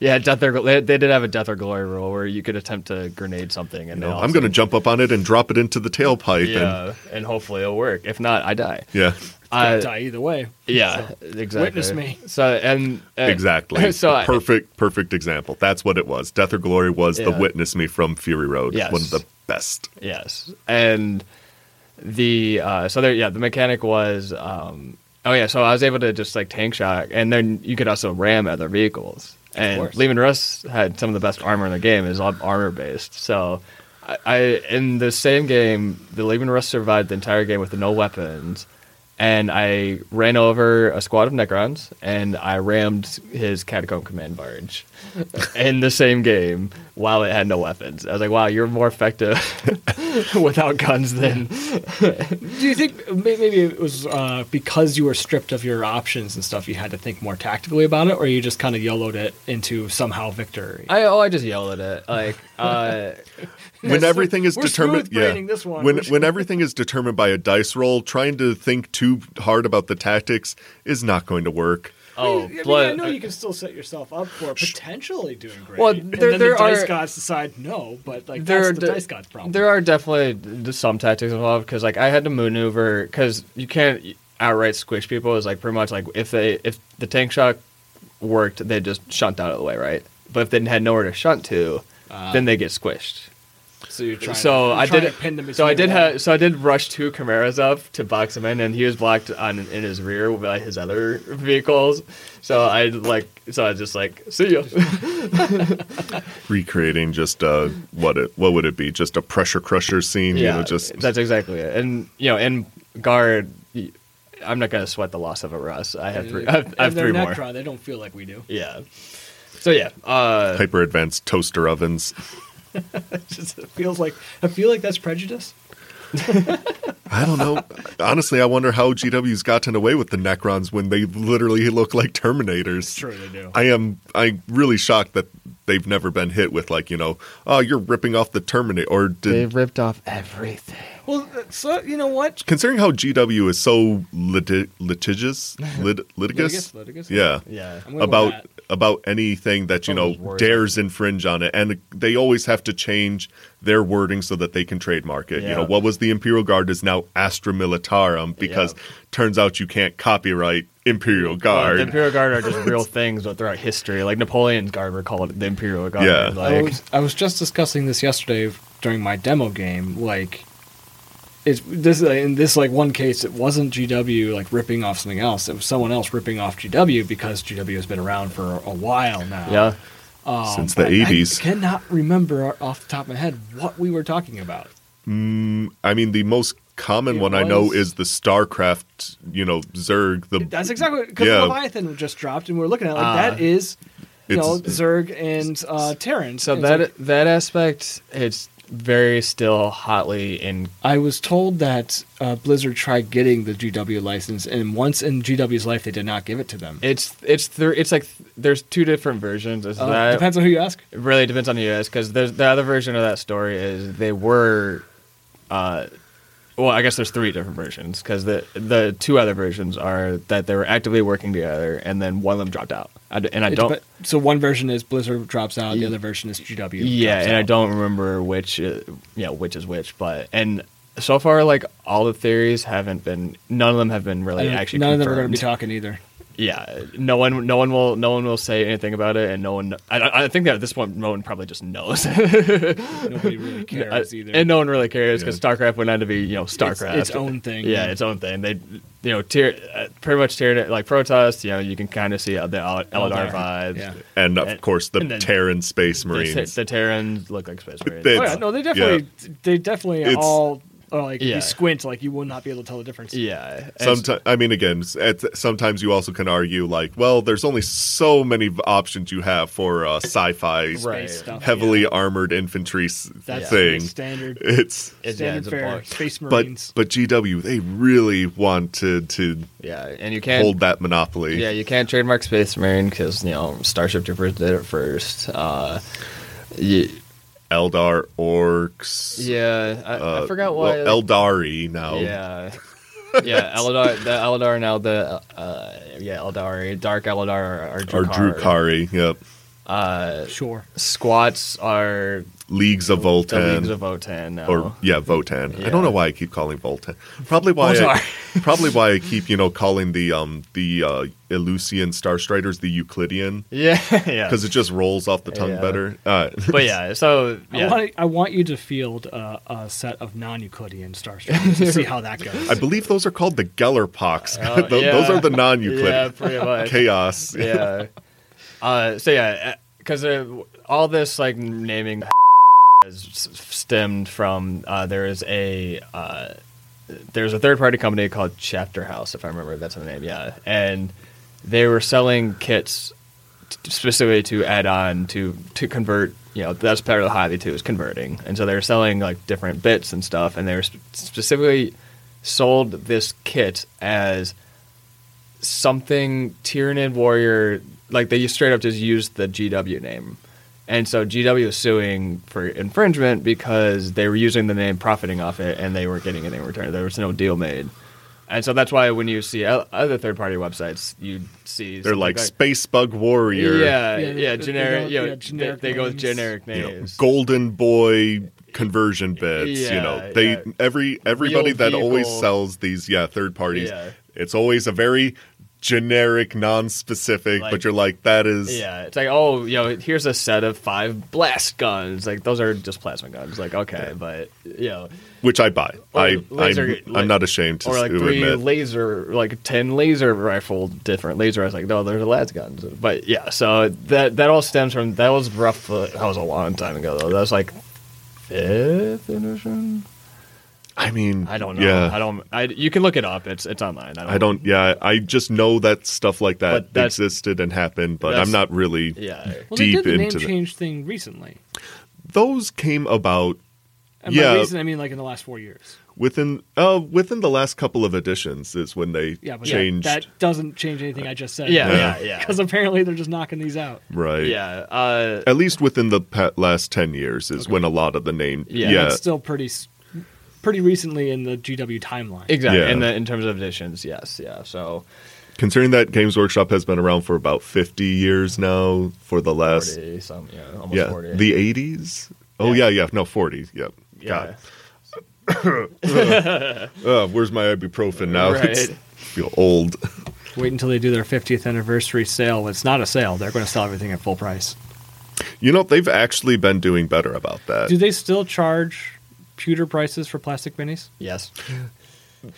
S3: yeah, death or they, they did have a death or glory rule where you could attempt to grenade something, and
S1: You
S3: they
S1: know,
S3: also-
S1: I'm going to jump up on it and drop it into the tailpipe. And,
S3: yeah, and hopefully it'll work. If not, I die.
S1: yeah.
S3: I-
S2: Could die either way.
S3: Yeah,
S2: So,
S3: exactly.
S2: Witness me.
S3: So and uh,
S1: Exactly.
S3: So I-
S1: perfect, perfect example. That's what it was. Death or Glory was the
S3: Yeah.
S1: witness me from Fury Road.
S3: Yes.
S1: One of the best.
S3: Yes, and the uh, so there. Yeah, the mechanic was. Um, oh yeah, so I was able to just like tank shock, and then you could also ram other vehicles. And
S2: course.
S3: Lehman Russ had some of the best armor in the game. Is all armor based. So I, I in the same game, the Lehman Russ survived the entire game with no weapons. And I ran over a squad of Necrons, and I rammed his Catacomb Command barge in the same game while it had no weapons. I was like, "Wow, you're more effective without guns than
S2: Do you think may- maybe it was uh, because you were stripped of your options and stuff? You had to think more tactically about it, or you just kind of yellowed it into somehow victory.
S3: I oh I just yelled at it like uh
S1: When everything is
S2: we're
S1: determined, yeah.
S2: smooth-braining this one.
S1: When
S2: We're-
S1: when everything is determined by a dice roll, trying to think too hard about the tactics is not going to work.
S3: oh
S2: I mean, I
S3: blood
S2: know you can still set yourself up for potentially doing great.
S3: Well,
S2: and
S3: there-
S2: then
S3: there
S2: the dice
S3: are-
S2: gods decide no, but like
S3: there
S2: that's
S3: are
S2: the
S3: de-
S2: dice god's problem.
S3: there are definitely d- some tactics involved because like I had to maneuver because you can't outright squish people. It's like pretty much like if they if the tank shock worked, they just shunt out of the way, right? But if they had nowhere to shunt to,
S2: Ah.
S3: then they get squished.
S2: so you're trying.
S3: so
S2: you're
S3: I
S2: trying
S3: did
S2: to pin them.
S3: so I
S2: between
S3: did
S2: the wall.
S3: have so I did rush two Camaras up to box him in, and he was blocked on in his rear by his other vehicles. So I like so I just like see you.
S1: Recreating just uh, what it what would it be? Just a pressure crusher scene? You know, just
S3: that's exactly it. And you know, in guard, y- I'm not gonna sweat the loss of a Russ. I have three. I have, I
S2: And
S3: have
S2: they're
S3: three more.
S2: Necron, They don't feel like we do.
S3: Yeah. So yeah, uh,
S1: Hyper advanced toaster ovens.
S2: Just- it feels like I feel like that's prejudice.
S1: I don't know. Honestly, I wonder how GW's gotten away with the Necrons when they literally look like Terminators.
S2: Sure they do.
S1: I am. I'm really shocked that they've never been hit with like you know, oh, you're ripping off the Terminator. Or
S3: they
S1: did,
S3: ripped off everything.
S2: well, uh, so you know what?
S1: considering how GW is so liti- litigious, lit- litigious,
S2: Litigious, litigious?
S1: yeah,
S3: Yeah,
S2: I'm gonna go with
S1: about
S2: that.
S1: about anything that you
S3: Some
S1: know
S3: of those words.
S1: dares infringe on it, and they always have to change their wording so that they can trademark it. You know
S3: Yeah.
S1: what was the Imperial Guard is now Astra Militarum because
S3: Yeah.
S1: turns out you can't copyright Imperial Guard.
S3: the Imperial Guard are just real things throughout history. Like Napoleon's Guard were called the Imperial Guard.
S1: Yeah.
S2: I
S3: Like,
S2: was I was just discussing this yesterday during my demo game. Like, it's this uh, in this like one case, it wasn't GW like ripping off something else. It was someone else ripping off GW because GW has been around for a while now.
S3: yeah.
S2: Um,
S1: Since the
S2: I-
S1: 80s.
S2: I cannot remember off the top of my head what we were talking about.
S1: I mean, the most common
S2: It
S1: one I know
S2: was-
S1: is the StarCraft. You know, Zerg. The
S2: That's exactly because
S1: Yeah. Uh,
S2: Leviathan just dropped, and we're looking at it like
S3: Ah.
S2: that is, you know,
S1: It's-
S2: Zerg and uh, Terran.
S3: So
S2: It's
S3: that
S2: like-
S3: that aspect, it's very still hotly in.
S2: I was told that uh, Blizzard tried getting the GW license, and once in GW's life, they did not give it to them.
S3: It's it's there. It's like there's two different versions. It's
S2: Uh,
S3: that
S2: depends on who you ask.
S3: It really depends on you guys because the other version of that story is they were uh, well i guess there's three different versions because the, the two other versions are that they were actively working together and then one of them dropped out I d and i
S2: It
S3: don't
S2: depe- so one version is Blizzard drops out, the
S3: Ye-
S2: other version is GW.
S3: yeah
S2: drops
S3: and i
S2: out.
S3: don't remember which uh, you know which is which but and so far like all the theories haven't been none of them have been really
S2: And
S3: actually
S2: none of them are going to
S3: confirmed.
S2: be talking either.
S3: yeah no one no one will no one will say anything about it and no one i, I think that at this point no one probably just knows
S2: Nobody really cares
S3: I-
S2: either.
S3: And no one really cares
S1: Yeah.
S3: because StarCraft went on to be, you know, StarCraft.
S2: its own thing,
S3: Yeah,
S2: yeah.
S3: its own thing. They, you know, tier, uh, pretty much tiered it like Protoss. You know, you can kind of see the El- Eldar
S2: Eldar,
S3: vibes.
S2: yeah.
S1: and of
S3: and-
S1: course the
S3: and then-
S1: Terran Space
S3: The,
S1: Marines.
S3: the Terrans look like Space Marines.
S1: They-
S2: oh, yeah,
S1: it's-
S2: no, they definitely, they definitely
S1: It's-
S2: all are like
S3: Yeah.
S2: you squint, like you will not be able to tell the difference.
S3: yeah. and s-
S1: Sometimes, I mean, again, s- at, sometimes you also can argue like, well, there's only so many v- options you have for uh, sci-fi,
S3: Right.
S2: Space stuff.
S1: heavily armored infantry s-
S2: That's
S1: thing.
S2: the standard
S1: It's
S3: it's- yeah,
S2: standard
S3: it's a
S2: fare.
S3: bar.
S2: Space
S1: but
S2: Marines.
S1: but GW they really wanted to
S3: Yeah, and you can't.
S1: hold that monopoly.
S3: Yeah, you can't trademark Space Marine because you know Starship Troopers did it first. Uh, you,
S1: Eldar orcs.
S3: yeah, I,
S1: uh,
S3: I forgot
S1: well,
S3: why.
S1: Eldari now.
S3: Yeah. Yeah, Eldar, the Eldar now the uh, yeah Eldar, Dark Eldar are Uh,
S1: Or Drukari. Yep.
S2: sure.
S3: Squats are
S1: Leagues of
S3: the leagues
S1: Voltan.
S3: of Votan now.
S1: or yeah, Votan. I
S3: Yeah.
S1: don't know why I keep calling Voltan. Probably why I, probably why I keep, you know, calling the um the uh Elusian Starstriders the Euclidean
S3: yeah, yeah.
S1: because it just rolls off the tongue
S3: Yeah.
S1: better. Uh,
S3: But yeah, so
S2: I,
S3: yeah,
S2: want, I want you to field uh, a set of non-Euclidean star strikers to see how that goes.
S1: I believe those are called the Gellerpox.
S3: Uh,
S1: Tho-
S3: yeah.
S1: Those are the
S3: yeah,
S1: non-Euclidean.
S3: pretty much.
S1: Chaos.
S3: yeah. Uh, so yeah, because all this like naming has s- stemmed from uh, there is a uh, there's a third party company called Chapter House, if I remember that's the name. Yeah, and they were selling kits t- specifically to add on to to convert. You know, that's part of the hobby too is converting, and so they were selling like different bits and stuff, and they were sp- specifically sold this kit as something Tyranid Warrior, like they straight up just used the GW name. And so GW is suing for infringement because they were using the name, profiting off it, and they were getting anything in return. There was no deal made. And so that's why when you see o- other third party websites, you see.
S1: They're
S3: something
S1: like Space Bug Warrior.
S3: Yeah,
S2: Yeah, they-
S3: yeah,
S2: they
S3: generic.
S2: go-
S3: you know,
S2: yeah,
S3: they-
S2: generic
S3: they, go with
S2: names.
S3: generic
S1: you know,
S3: names.
S1: golden boy conversion bits you
S3: Yeah,
S1: know they
S3: yeah.
S1: every everybody
S3: Real
S1: that always
S3: vehicle.
S1: sells these yeah third parties
S3: Yeah.
S1: it's always a very generic non-specific but
S3: Like-
S1: you're like that is
S3: Yeah, it's like oh, you know, here's a set of five blast guns. Like those are just plasma guns. Like okay, but you know,
S1: which i buy
S3: Or
S1: i
S3: laser-
S1: I'm,
S3: la-
S1: I'm not ashamed to,
S3: or
S1: s-
S3: like
S1: to
S3: three
S1: admit
S3: laser, like ten laser rifle, different laser. I was like, no, those are las guns. But yeah, so that that all stems from that was rough. That was a long time ago though. That was like fifth edition.
S1: I mean,
S3: I don't know.
S1: Yeah,
S3: I don't. I, you can look it up. It's it's online. I don't.
S1: I don't. Yeah, I just know that stuff like that
S3: But that's-
S1: existed and happened, but
S3: that's-
S1: I'm not really.
S3: Yeah.
S2: Well,
S1: deep
S2: they did the name
S1: into the-
S2: change thing recently.
S1: Those came about
S2: And
S1: Yeah.
S2: by recent, I mean like in the last four years.
S1: within uh, within the last couple of editions is when they
S2: Yeah, but
S1: changed.
S2: that doesn't change anything I just said.
S3: Yeah.
S1: Yeah.
S3: Yeah. Yeah.
S2: Because apparently they're just knocking these out.
S1: right.
S3: Yeah. Uh,
S1: At least within the pa- last ten years is when a lot of the name.
S3: Yeah,
S1: yeah
S2: That's still pretty, s- pretty recently in the GW timeline.
S3: exactly.
S1: Yeah.
S3: In the in terms of editions, yes. Yeah. So
S1: considering that Games Workshop has been around for about 50 years now for the last
S3: forty some. Yeah. Almost
S1: yeah,
S3: forty.
S1: the 80s. Oh yeah,
S3: Yeah.
S1: yeah, no 40. Yep.
S3: yeah.
S1: God. Uh, where's my ibuprofen now?
S3: Right.
S1: It's- feel old.
S2: Wait until they do their 50th anniversary sale. It's not a sale. They're going to sell everything at full price.
S1: You know, they've actually been doing better about that.
S2: Do they still charge pewter prices for plastic minis?
S3: Yes.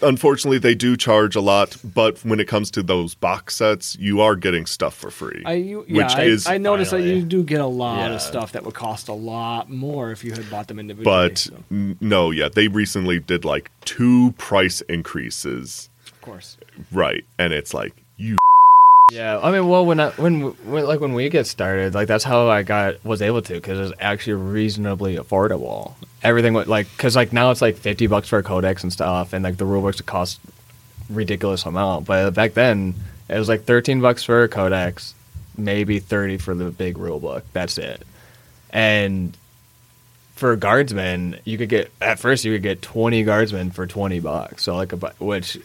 S1: Unfortunately, they do charge a lot, but when it comes to those box sets, you are getting stuff for free.
S2: I you, yeah,
S1: Which
S2: I,
S1: is
S2: I noticed that
S3: finally-
S2: you do get a lot
S3: Yeah.
S2: of stuff that would cost a lot more if you had bought them individually.
S1: but
S2: so,
S1: n- no, yeah, they recently did like two price increases.
S2: of course,
S1: Right. And it's like, you
S3: Yeah, I mean, well, when I when, when like when we get started, like that's how I got was able to because it was actually reasonably affordable. Everything was like because like now it's like fifty bucks for a codex and stuff, and like the rulebooks cost ridiculous amount. But back then it was like thirteen bucks for a codex, maybe thirty for the big rulebook. That's it. And for guardsmen, you could get at first you could get twenty guardsmen for twenty bucks. So like a bu- which,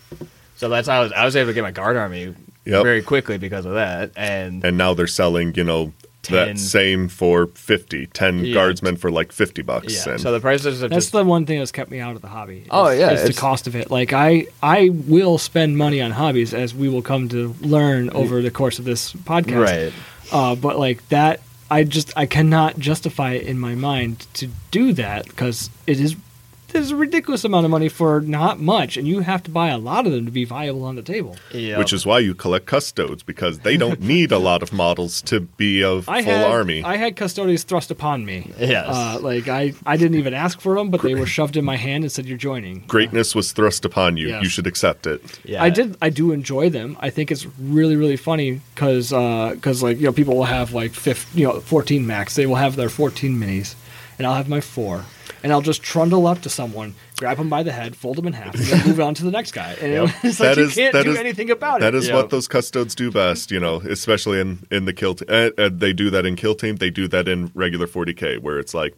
S3: so that's how I was, I was able to get my guard army
S1: Yep.
S3: very quickly because of that. And,
S1: and now they're selling you know
S3: Ten.
S1: that same for 50 10
S3: Yeah.
S1: guardsmen for like 50 bucks
S3: yeah,
S1: and
S3: so the prices are
S2: that's
S3: just
S2: the one thing that's kept me out of the hobby. Is,
S3: Oh, yeah,
S2: is the
S3: it's-
S2: cost of it. Like I, I will spend money on hobbies as we will come to learn over the course of this podcast.
S3: right.
S2: Uh, but like that, I just I cannot justify it in my mind to do that because it is there's a ridiculous amount of money for not much, and you have to buy a lot of them to be viable on the table.
S3: Yeah,
S1: which is why you collect custodes because they don't need a lot of models to be a full
S2: I had
S1: army
S2: I had custodians thrust upon me.
S3: Yes.
S2: Uh, like I, I didn't even ask for them, but they were shoved in my hand and said, "You're joining."
S1: greatness was thrust upon you
S2: Yes.
S1: you should accept it
S3: yeah.
S2: I did. I do enjoy them. I think it's really, really funny because, like you know, people will have like fif you know, fourteen max. They will have their fourteen minis, and I'll have my four, and I'll just trundle up to someone, grab them by the head, fold them in half, and then move on to the next guy. And
S3: Yep.
S2: it's like
S1: That
S2: you
S1: is-
S2: can't
S1: that
S2: do
S1: is-
S2: anything about
S1: that
S2: it.
S1: is
S3: Yeah.
S1: what those custodes do best you know especially in in the kill t- uh, uh, they do that in kill team they do that in regular 40k where it's like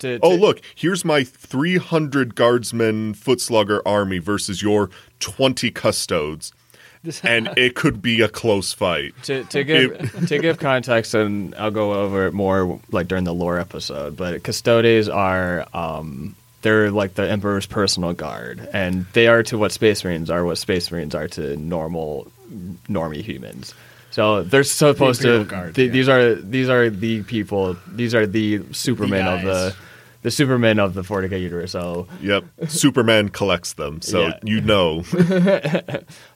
S3: To-
S1: oh
S3: to-
S1: look here's my 300 guardsmen foot slugger army versus your 20 custodes
S2: This-
S1: and it could be a close fight
S3: to, to give to give context, and I'll go over it more like during the lore episode. But custodes are um, they're like the emperor's personal guard, and they are to what space marines are what space marines are to normal normie humans. So they're supposed
S2: Imperial
S3: to.
S2: Guard,
S3: th-
S2: yeah.
S3: These are these are the people. These are the supermen of
S2: guys.
S3: the the supermen of the 40k universe. So
S1: Yep. Superman collects them, so
S3: Yeah.
S1: you know.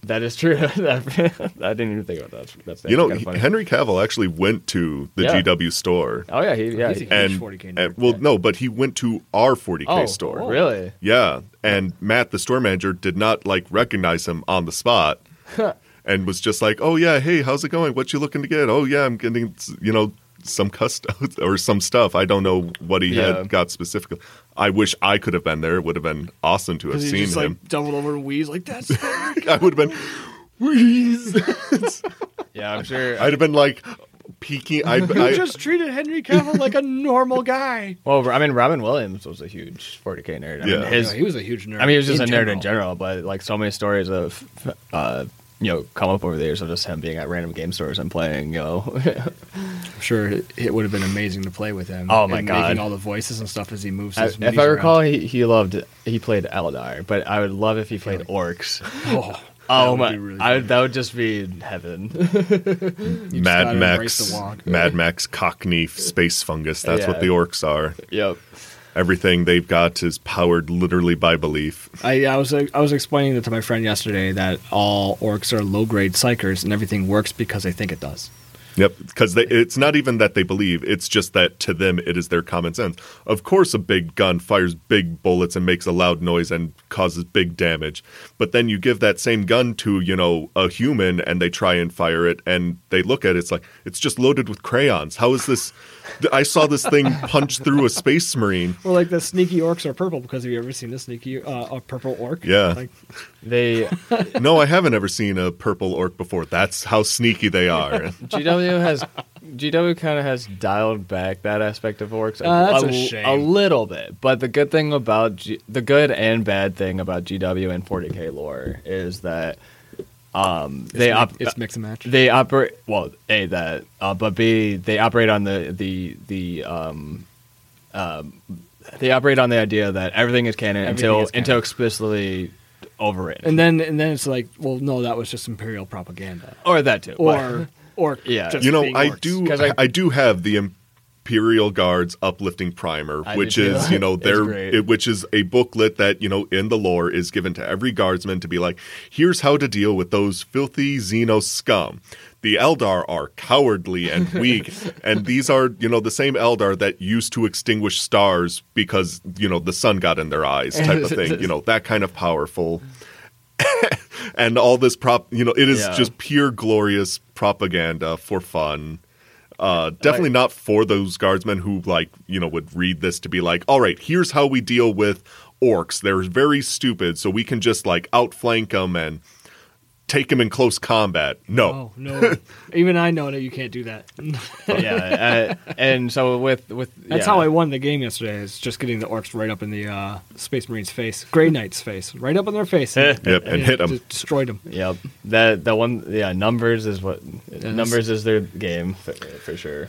S3: that is true. I didn't even think about that. That's
S1: you know,
S3: kinda funny.
S1: Henry Cavill actually went to the
S3: Yeah.
S1: GW store.
S3: Oh yeah, he, yeah.
S2: He's a
S3: he-
S2: huge
S1: And,
S2: 40K
S1: and-
S2: nerd.
S1: well, no, but he went to our 40k
S3: oh,
S1: store.
S3: really?
S1: Yeah, and Matt, the store manager, did not like recognize him on the spot, and was just like, "Oh yeah, hey, how's it going? What you looking to get? Oh yeah, I'm getting you know some custodes or some stuff. I don't know what he
S3: Yeah.
S1: had got specifically. I wish I could have been there. It would have been awesome to have
S2: Because he
S1: seen
S2: just
S1: him.
S2: like doubled over and wheezed like that's
S1: I would have been. "Wheeze."
S3: Yeah, I'm sure.
S1: I'd have been like peeking. I'd, I
S2: you just treated Henry Cavill like a normal guy.
S3: well, I mean, Robin Williams was a huge 40k nerd. I
S1: Yeah.
S3: mean, his,
S2: Yeah, he was a huge nerd.
S3: I mean, he was just a nerd
S2: general.
S3: in general, but like so many stories of, uh, you know, come up over the years of just him being at random game stores and playing. You know,
S2: I'm sure it, it would have been amazing to play with him.
S3: Oh, my
S2: and
S3: God.
S2: making all the voices and stuff as he moves.
S3: I,
S2: His
S3: if
S2: minis
S3: I
S2: around.
S3: recall, he, he loved he played Eldar, but I would love if he played orcs.
S2: oh, that
S3: Oh
S2: would
S3: my!
S2: be really
S3: I
S2: fun.
S3: would, that would just be heaven.
S2: You just
S1: Mad
S2: gotta
S1: Max,
S2: embrace the walk.
S1: Mad Max Cockney space fungus. That's what
S3: Yeah.
S1: the orcs are.
S3: yep.
S1: Everything they've got is powered literally by belief.
S2: I, I was uh, I was explaining that to my friend yesterday that all orcs are low grade psychers and everything works because they think it does.
S1: Yep, because it's not even that they believe; it's just that to them it is their common sense. Of course, a big gun fires big bullets and makes a loud noise and causes big damage. But then you give that same gun to you know a human, and they try and fire it, and they look at it, it's like it's just loaded with crayons. How is this? I saw this thing punch through a space marine.
S2: Or like the sneaky orcs are purple because have you ever seen the sneaky uh, a purple orc?
S1: Yeah.
S2: Like,
S3: They
S1: No, I haven't ever seen a purple orc before. That's how sneaky they are.
S3: GW has GW kind of has dialed back that aspect of orcs a,
S2: Uh, that's a
S3: a l-
S2: shame.
S3: a little bit. But the good thing about G, the good and bad thing about GW and 40k lore is that um, they
S2: it's,
S3: op-
S2: mi- it's mix and match.
S3: they operate well a that uh, but b they operate on the the the um, um they operate on the idea that everything is canon
S2: Everything
S3: until
S2: is canon.
S3: until explicitly overwritten
S2: and then and then it's like, well, no, that was just imperial propaganda.
S3: or that too
S2: Or or
S3: Yeah.
S2: just
S1: you know,
S2: being
S1: I
S2: orcs.
S1: do,
S3: 'Cause
S1: I,
S3: I-
S1: do have the Imperial Guards uplifting primer,
S3: I do
S1: which
S3: too.
S1: is you know
S3: It's
S1: their,
S3: great.
S1: it, which is a booklet that you know in the lore is given to every guardsman to be like, here's how to deal with those filthy Xeno scum. The Eldar are cowardly and weak, and these are you know the same Eldar that used to extinguish stars because you know the sun got in their eyes, type of thing. You know that kind of powerful. and all this prop you know it is
S3: Yeah.
S1: just pure glorious propaganda for fun uh, definitely not for those guardsmen who like you know would read this to be like all right here's how we deal with orcs they're very stupid so we can just like outflank them and take them in close combat no
S2: Oh no! Even I know that you can't do that.
S3: yeah uh, and so with with
S2: That's
S3: yeah.
S2: how I won the game yesterday. Is just getting the orcs right up in the uh, space marines' face, Grey Knight's face, right up in their face.
S3: Yep,
S1: and hit 'em.
S2: just Destroyed them.
S3: Yep. That that one. Yeah. Numbers is what numbers is their game for, for sure.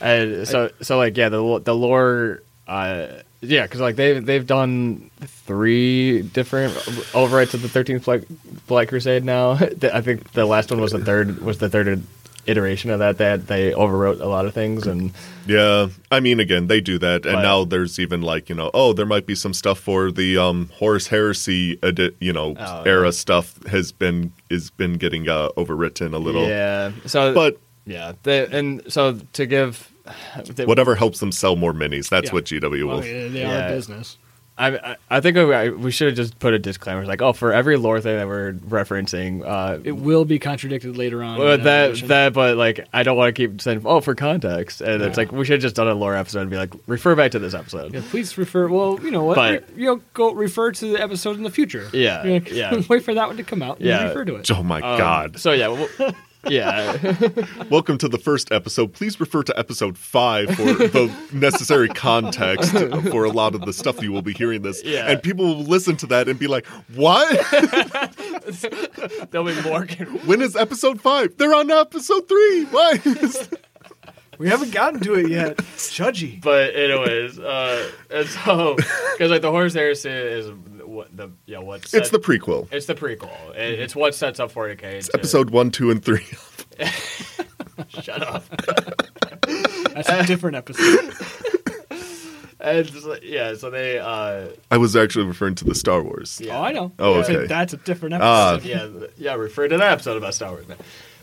S3: And so so like yeah the lo- the lore. Uh, yeah, because like they they've done three different overwrites of the Thirteenth Black, Black Crusade now. The- I think the last one was the third was the third iteration of that. That they overwrote a lot of things and
S1: yeah i mean again they do that and
S3: Right.
S1: now there's even like you know oh there might be some stuff for the um horus heresy edi- you know
S3: Oh,
S1: era stuff has been is been getting uh, overwritten a little
S3: yeah. So
S1: but
S3: yeah, they, and so to give they- Oh,
S1: whatever helps them sell more minis. That's
S2: Yeah.
S1: what GW
S2: Well,
S1: will.
S2: they they
S3: Yeah.
S2: are business.
S3: I- I, I think we, I- we should have just put a disclaimer like, oh, for every lore thing that we're referencing, uh,
S2: It will be contradicted later on.
S3: well,
S2: in
S3: that
S2: edition.
S3: that, but like, I don't want to keep saying, oh, for context, and it's
S2: Yeah.
S3: like we should have just done a lore episode and be like, refer back to this episode.
S2: Yeah, please refer. Well, you know what?
S3: But-
S2: re- you know, go refer to the episode in the future.
S3: Yeah,
S2: You know,
S3: yeah.
S2: Wait for that one to come out. And
S3: Yeah.
S2: refer to it.
S1: Oh my
S3: Um,
S1: God.
S3: So yeah, well, yeah,
S1: Welcome to the first episode. Please refer to episode five for the necessary context for a lot of the stuff you will be hearing this.
S3: Yeah.
S1: And people will listen to that and be like, what?
S3: there'll be more.
S1: when is episode five? They're on episode three. Why?
S2: We haven't gotten to it yet. Judgy.
S3: But anyways, uh, and so because like the horse heresy is what the yeah what
S1: it's the prequel.
S3: it's the prequel. It, it's what sets up 40k. It's
S1: Episode one, two, and three.
S3: Shut up.
S2: That's a different episode.
S3: And so- yeah, so they uh
S1: I was actually referring to the Star Wars.
S3: Yeah.
S2: Oh, I know.
S1: Oh,
S2: I said
S1: okay.
S2: That's a different episode.
S1: Ah.
S3: yeah yeah refer to that episode about Star Wars.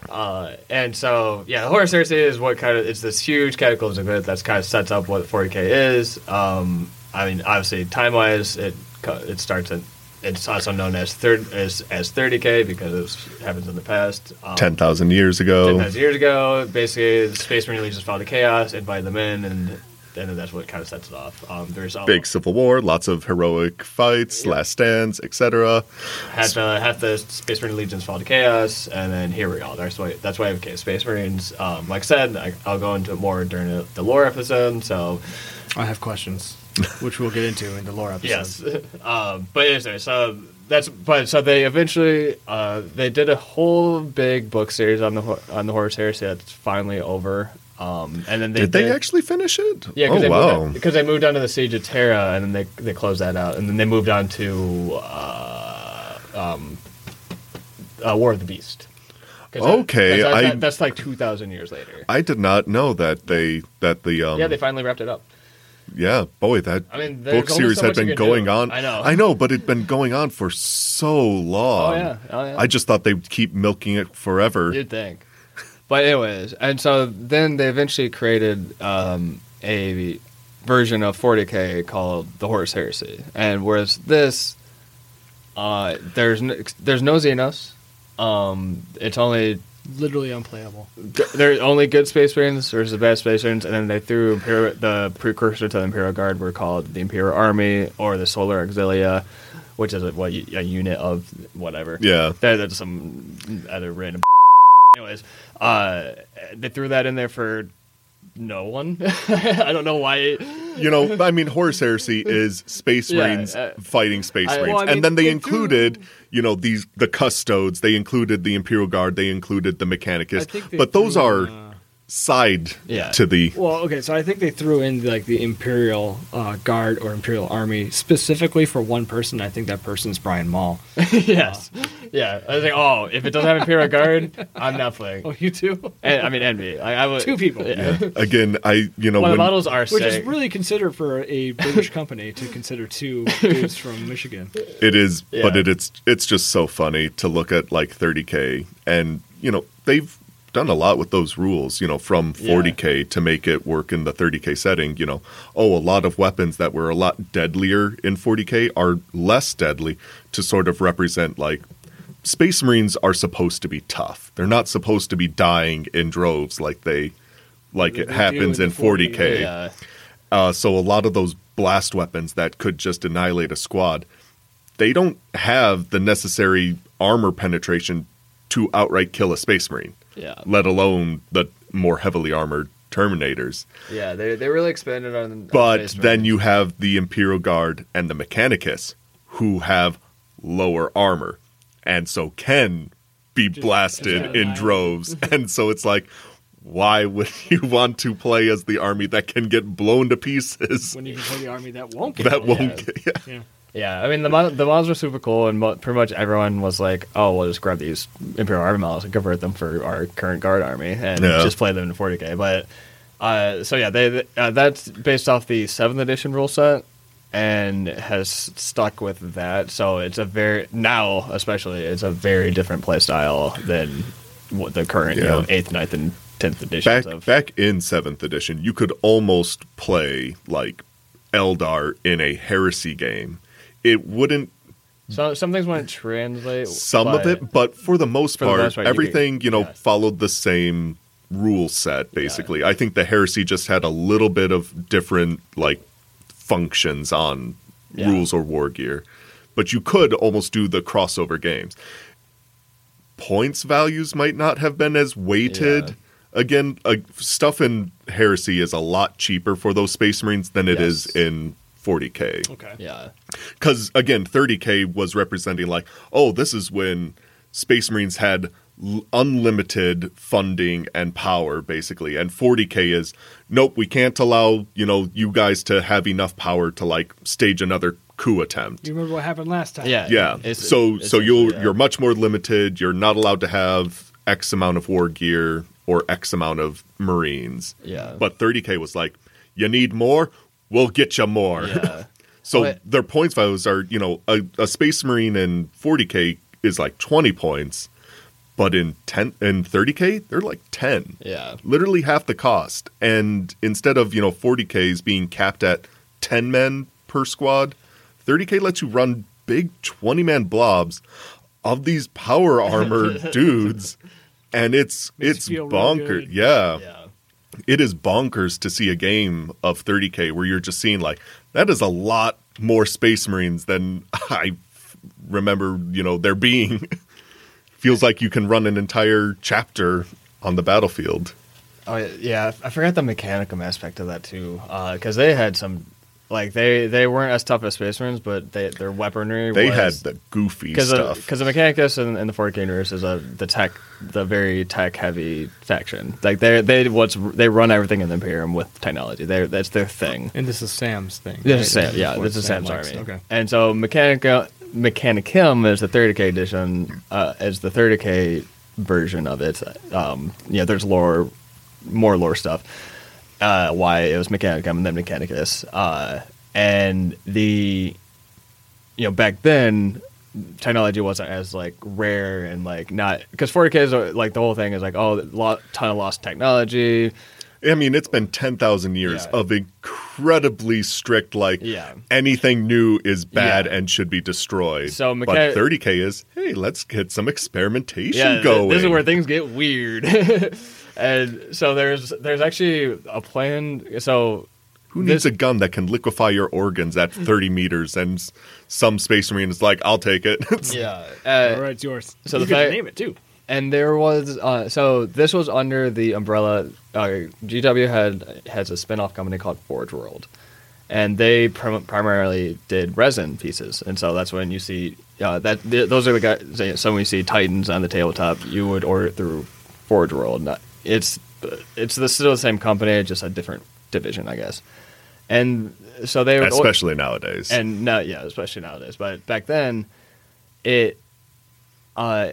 S3: Uh, and so yeah, the Horus Heresy is what kind of it's this huge cataclysmic event that's kind of sets up what 40k is. Um, I mean, obviously time wise, it co- it starts at it's also known as third as as 30k because it happens in the past. Um,
S1: 10,000 years
S3: ten
S1: ago.
S3: thousand years ago, basically, the Space Marine Legions found the chaos, invited them in, and then that's what kind of sets it off. Um, there's all-
S1: Big civil war, lots of heroic fights, last stands, etc.
S3: half the half the Space Marine legions fall to chaos, and then here we are. That's why that's why okay, Space Marines. Um, like I said, I, I'll go into it more during the, the lore episode. So
S2: I have questions, which we'll get into in the lore episode.
S3: yes, um, but anyway, so that's but so they eventually uh, they did a whole big book series on the ho- on the Horus Heresy that's finally over. Um, and then they
S1: Did they actually finish it?
S3: Yeah,
S1: Oh
S3: because
S1: wow.
S3: they, because they moved on to the Siege of Terra, and then they they closed that out, and then they moved on to uh, um, uh, War of the Beast. 'Cause that-
S1: Okay,
S3: that's,
S1: I-
S3: that's, that's like two thousand years later.
S1: I did not know that they that the um
S3: yeah, they finally wrapped it up.
S1: yeah, boy that
S3: I mean, there's
S1: book
S3: only
S1: series
S3: so
S1: had
S3: much you
S1: been
S3: can
S1: going
S3: do.
S1: on.
S3: I know.
S1: I know, but it'd been going on for so long.
S3: yeah. Oh, yeah.
S1: I just thought they'd keep milking it forever.
S3: You'd think. But anyways, and so then they eventually created um, a version of 40k called the Horus Heresy, and whereas this, uh, there's no, there's no Xenos. Um, it's only
S4: Literally unplayable.
S3: there's only good space marines. There's the bad space marines, and then they threw Imperial, the precursor to the Imperial Guard were called the Imperial Army or the Solar Auxilia, which is a, what a unit of whatever.
S1: Yeah.
S3: There- that's some other random. Anyways, uh, they threw that in there for no one. I don't know why.
S1: You know, I mean, Horus Heresy is Space
S3: Yeah,
S1: Marines
S3: uh,
S1: fighting Space
S3: I- well,
S1: Marines,
S2: I mean,
S1: and then they
S2: they
S1: included, you know, these the Custodes, they included the Imperial Guard, they included the
S2: I think
S1: Mechanicus,
S2: they
S1: but those
S2: threw,
S1: are
S2: uh,
S1: side
S3: Yeah.
S1: to the.
S2: Well, okay, so I think they threw in like the Imperial uh, Guard or Imperial Army specifically for one person. I think that person's Brian Maul.
S3: yes. Yeah. I was like, oh, if it doesn't have Imperial Guard, I'm not playing.
S2: oh, you too?
S3: And, I mean, envy. I, I would,
S2: Two people.
S3: Yeah.
S1: Again, I you know
S3: Well, the
S1: when
S3: models are
S2: Which
S3: sick.
S2: is really considered for a British company to consider two dudes from Michigan.
S1: it is,
S3: Yeah.
S1: but it, it's it's just so funny to look at like 30k, and you know they've done a lot with those rules, you know, from
S3: Yeah.
S1: 40k to make it work in the 30k setting. You know, oh, a lot of weapons that were a lot deadlier in 40k are less deadly to sort of represent like. Space Marines are supposed to be tough. They're not supposed to be dying in droves like they, like
S2: They
S1: it
S2: do
S1: happens
S2: in
S1: in
S2: 40K.
S1: 40k.
S3: Yeah.
S1: Uh, so a lot of those blast weapons that could just annihilate a squad, they don't have the necessary armor penetration to outright kill a space marine,
S3: Yeah.
S1: let alone the more heavily armored Terminators.
S3: Yeah, they they really expanded on. on
S1: But
S3: Space
S1: then
S3: Marine.
S1: you have the Imperial Guard and the Mechanicus, who have lower armor, and so can be blasted
S4: just
S1: in
S4: annihilate.
S1: droves. and so it's like, why would you want to play as the army that can get blown to pieces?
S2: When you can play the army that won't get
S1: that
S2: that
S1: won't
S3: Yeah.
S1: get. Yeah.
S2: yeah.
S3: yeah, I mean the mod- the models were super cool, and mo- pretty much everyone was like, "Oh, we'll just grab these Imperial Army models and convert them for our current Guard army and
S1: Yeah.
S3: just play them in 40k." But uh, so yeah, they uh, that's based off the seventh edition rule set and has stuck with that. So it's a very now especially it's a very different play style than what the current you
S1: Yeah.
S3: know eighth, ninth, and tenth editions
S1: back
S3: of.
S1: back in seventh edition, you could almost play like Eldar in a heresy game. It wouldn't
S3: So some things wouldn't translate.
S1: some of
S3: but-
S1: it, but for the most
S3: For the
S1: part,
S3: most part, you could-
S1: everything you know
S3: yeah.
S1: followed the same rule set. Basically, I think the heresy just had a little bit of different like functions on
S3: Yeah.
S1: rules or war gear, but you could almost do the crossover games. Points values might not have been as weighted.
S3: Yeah.
S1: Again, uh, stuff in heresy is a lot cheaper for those space marines than it is
S3: Yes.
S1: in 40k
S2: Okay.
S3: Yeah.
S1: because again 30k was representing like oh this is when space marines had l- unlimited funding and power basically and 40k is nope we can't allow you know you guys to have enough power to like stage another coup attempt
S2: You remember what happened last time?
S3: Yeah.
S1: yeah
S3: It's-
S1: so
S3: it's- uh,
S1: so you're
S3: yeah.
S1: you're much more limited you're not allowed to have x amount of war gear or x amount of marines
S3: Yeah.
S1: but 30k was like you need more we'll get you more
S3: Yeah.
S1: So
S3: But-
S1: their points values are, you know, a, a Space Marine in 40k is like 20 points, but in 10 in 30k they're like 10,
S3: Yeah.
S1: literally half the cost. And instead of you know 40k's being capped at 10 men per squad, 30k lets you run big 20 man blobs of these power armored dudes, and it's
S2: Makes
S1: it's
S2: you feel real
S1: bonkers.
S2: good.
S3: Yeah.
S1: it is bonkers to see a game of 30k where you're just seeing like that is a lot more space marines than i f- remember you know there being feels like you can run an entire chapter on the battlefield
S3: Oh yeah, I forgot the mechanicum aspect of that too, because they had some, like they they weren't as tough as Space Marines, but they their weaponry
S1: they
S3: was,
S1: had the goofy
S3: because
S1: stuff
S3: because the Mechanicus and, and the Fork Universe is a the tech the very tech heavy faction. Like they they what's they run everything in the Imperium with technology. They that's their thing.
S2: And this is Sam's thing.
S3: This
S2: right?
S3: is Sam, yeah,
S2: What
S3: this is
S2: Sam
S3: Sam's
S2: likes.
S3: army.
S2: Okay.
S3: And so Mechanica Mechanicum is the 30k edition, uh, is the 30k version of it. Um, yeah, there's lore, more lore stuff. Uh, why it was Mechanicum and then Mechanicus, uh, and the you know back then technology wasn't as like rare and like not because 40k is uh, like the whole thing is like oh lot, ton of lost technology
S1: I mean, it's been 10,000 years
S3: Yeah.
S1: of incredibly strict, like,
S3: Yeah.
S1: anything new is bad
S3: Yeah.
S1: and should be destroyed.
S3: So
S1: but
S3: mecha-
S1: 30K is, hey, let's get some experimentation
S3: yeah th-
S1: going.
S3: this is where things get weird and so there's there's actually a plan so
S1: Who needs a gun that can liquefy your organs at
S3: Mm.
S1: 30 meters? And s- some space marine is like, I'll take it. It's-
S3: yeah
S2: All right, it's yours.
S3: Uh, so
S2: you
S3: the
S2: can
S3: fact-
S2: name it too.
S3: and there was uh, so this was under the umbrella uh, GW had has a spin-off company called Forge World and they prim- primarily did resin pieces and so that's when you see uh, that th- those are the guys so when you see Titans on the tabletop you would order it through Forge World Not- it's it's the, still the same company just a different division I guess and so they would or-
S1: Especially nowadays.
S3: and now, yeah, especially nowadays. But back then, it, uh,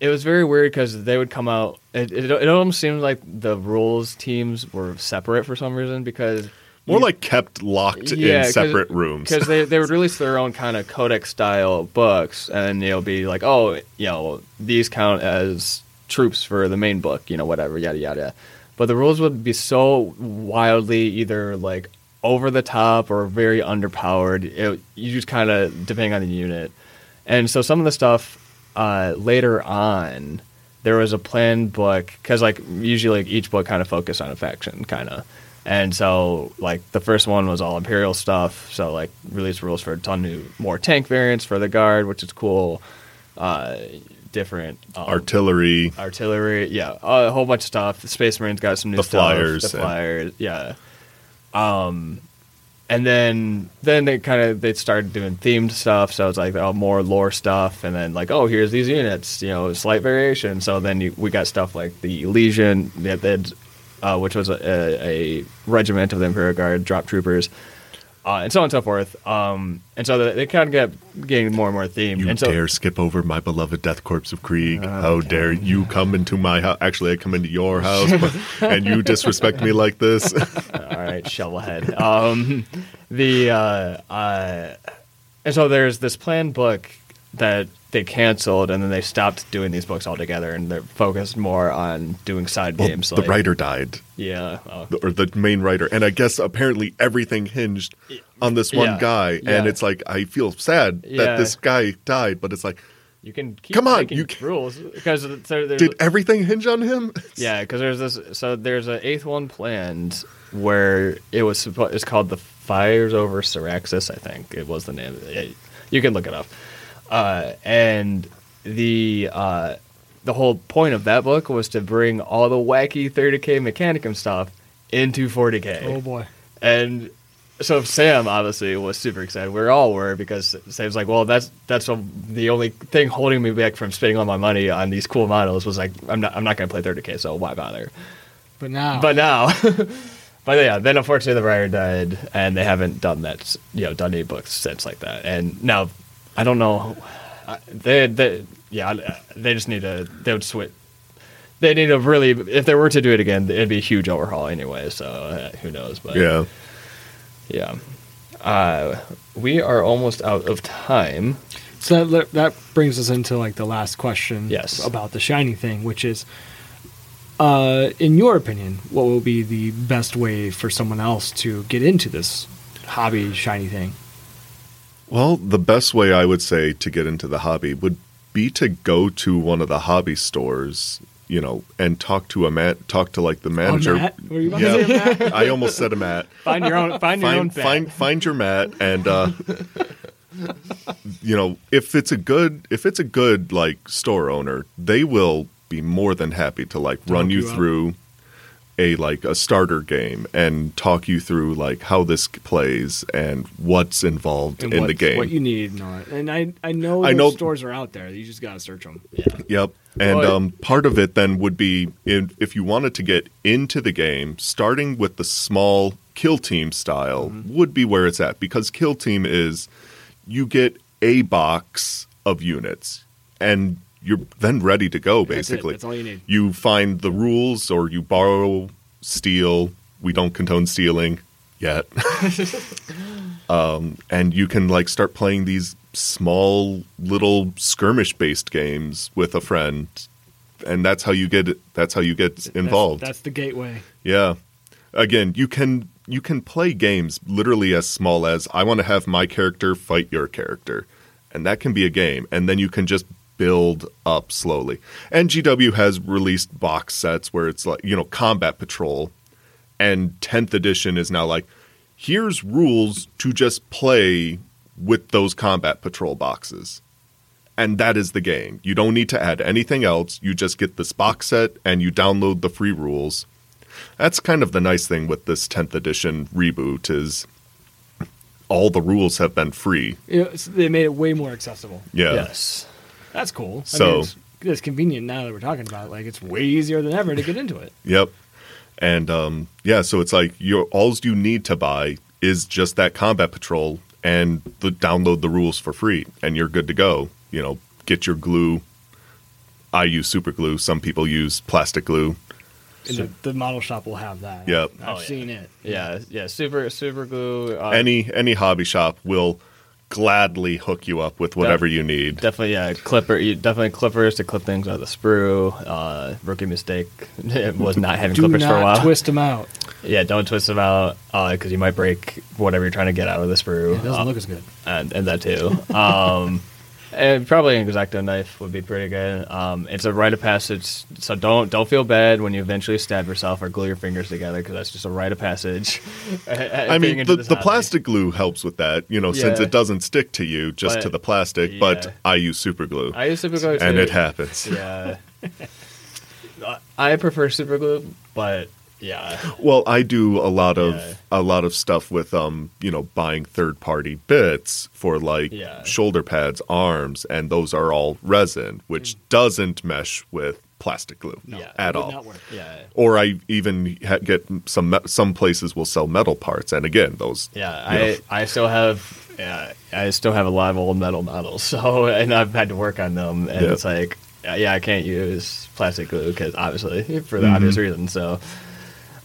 S3: it was very weird because they would come out. It, it, it almost seemed like the rules teams were separate for some reason because
S1: More like kept locked
S3: yeah,
S1: in
S3: 'cause-
S1: separate rooms.
S3: because they, they would release their own kind of codex style books and they'll be like oh you know these count as troops for the main book you know whatever yada yada but the rules would be so wildly either like over the top or very underpowered it, you just kind of depending on the unit and so some of the stuff uh, later on there was a planned book because like usually like each book kind of focused on a faction kind of and so like the first one was all imperial stuff so like release rules for a ton of more tank variants for the guard which is cool uh, different um,
S1: Artillery.
S3: artillery yeah a whole bunch of stuff the space marines got some new
S1: The
S3: stuff
S1: flyers
S3: the
S1: and-
S3: flyers yeah um and then then they kind of they started doing themed stuff so it's like oh more lore stuff and then like oh here's these units you know slight variation so then you, we got stuff like the elysian that that uh, which was a, a, a regiment of the imperial guard drop troopers uh, and so on and so forth um and so they, they kind of kept getting more and more themed
S1: You
S3: and so Ah,
S1: dare skip over my beloved death corpse of Krieg. How dare you come into my house? Actually, I come into your house but, and you disrespect me like this.
S3: All right, shovelhead. Um, the uh, uh, and so there's this planned book that they canceled, and then they stopped doing these books altogether, and they're focused more on doing side
S1: Well,
S3: games.
S1: the
S3: like-
S1: writer died,
S3: yeah, oh,
S1: the- or the main writer. And I guess apparently everything hinged on this one
S3: Yeah,
S1: guy. And
S3: yeah.
S1: it's like, I feel sad that
S3: Yeah.
S1: this guy died, but it's like,
S3: you can keep
S1: Come on,
S3: making
S1: you can-
S3: rules because there, there's
S1: did everything hinge on him?
S3: Yeah, because there's this. So there's an eighth one planned where it was. suppo- It's called the Fires over Syraxis. I think it was the name. It- you can look it up. Uh, and the uh, the whole point of that book was to bring all the wacky 30k Mechanicum stuff into 40k.
S2: Oh boy.
S3: And so Sam obviously was super excited. We all were because Sam's like, well, that's that's a, the only thing holding me back from spending all my money on these cool models was like, I'm not I'm not gonna play 30k, so why bother?
S2: But now,
S3: But now, but yeah, then unfortunately the writer died, and they haven't done that, s- you know, done any books since like that. And now, I don't know, I- they they yeah, I- they just need to they would switch. They need to really, if they were to do it again, it'd be a huge overhaul anyway. So uh, who knows? But
S1: Yeah.
S3: yeah. Uh, we are almost out of time.
S2: so that, li- that brings us into like the last question.
S3: Yes.
S2: About the shiny thing, which is, uh, in your opinion, what will be the best way for someone else to get into this hobby shiny thing?
S1: Well, the best way I would say to get into the hobby would be to go to one of the hobby stores, you know, and talk to a man, talk to like the manager.
S2: Matt? Were you about to
S1: yeah,
S2: say a
S1: I almost said a Matt.
S3: Find your own. Find your own.
S1: find find find your mat and uh you know if it's a good if it's a good like store owner they will be more than happy to like run
S2: Talk
S1: you,
S2: you up.
S1: through a like a starter game and talk you through like how this plays and what's involved
S2: And
S1: in
S2: what,
S1: the game
S2: What you need and all that. And I, I know
S1: I
S2: those
S1: know-
S2: stores are out there. You just gotta search them.
S1: Yep. And
S3: Well, it-
S1: um, part of it then would be in, if you wanted to get into the game, starting with the small kill team style
S2: Mm-hmm.
S1: would be where it's at because kill team is you get a box of units and you're then ready to go
S2: That's it.
S1: basically.
S2: That's all you need.
S1: You find the rules or you borrow, steal. We don't condone stealing yet. um, and you can like start playing these small little skirmish based games with a friend, and that's how you get that's how you get involved.
S2: That's, that's the gateway.
S1: Yeah. Again, you can you can play games literally as small as I want to have my character fight your character. And that can be a game. And then you can just build up slowly. And GW has released box sets where it's like, you know, Combat Patrol and 10th edition is now like here's rules to just play with those Combat Patrol boxes. And that is the game. You don't need to add anything else. You just get this box set and you download the free rules that's kind of the nice thing with this 10th edition reboot is all the rules have been free
S2: You know, so they made it way more accessible.
S1: yeah
S3: Yes.
S2: That's cool. I
S1: So-
S2: mean, it's, it's convenient now that we're talking about. it. Like it's way easier than ever to get into it.
S1: yep and um, yeah so it's like you all you need to buy is just that combat patrol and the, download the rules for free and you're good to go you know get your glue i use super glue some people use plastic glue
S2: And the, the model shop will have that.
S1: Yep.
S2: I've
S3: Oh, yeah.
S2: seen it.
S3: Yeah. Yeah. Super. Super glue. Uh,
S1: any any hobby shop will gladly hook you up with whatever you need
S3: Definitely. Yeah. Clipper. You definitely clippers to clip things out of the sprue. Uh, rookie mistake was not having
S2: Do
S3: clippers for a while.
S2: not twist them out.
S3: Yeah. Don't twist them out because you might break whatever you're trying to get out of the sprue.
S2: It doesn't
S3: Uh,
S2: look as good.
S3: and, and that too. Um, and probably an exacto knife would be pretty good. Um, it's a rite of passage, so don't don't feel bad when you eventually stab yourself or glue your fingers together because that's just a rite of passage.
S1: I mean, the, the plastic glue helps with that, you know, since
S3: Yeah.
S1: it doesn't stick to you, just
S3: But-
S1: to the plastic.
S3: yeah.
S1: But I use super glue,
S3: I use super glue,
S1: and
S3: too.
S1: it happens.
S3: Yeah, I I prefer super glue, but yeah,
S1: Well, I do a lot of
S3: Yeah.
S1: a lot of stuff with, um, you know, buying third party bits for like
S3: Yeah.
S1: shoulder pads, arms, and those are all resin, which
S3: Mm.
S1: doesn't mesh with plastic glue
S2: No,
S3: Yeah.
S1: at
S2: it would
S1: all.
S2: Not work.
S3: yeah,
S1: Or I even ha- get some me- some places will sell metal parts, and again, those
S3: yeah.
S1: you know,
S3: I I still have. Yeah, I still have a lot of old metal models, so and I've had to work on them, and
S1: Yeah.
S3: it's like, yeah, I can't use plastic glue because obviously for
S1: Mm-hmm.
S3: the obvious reason. So,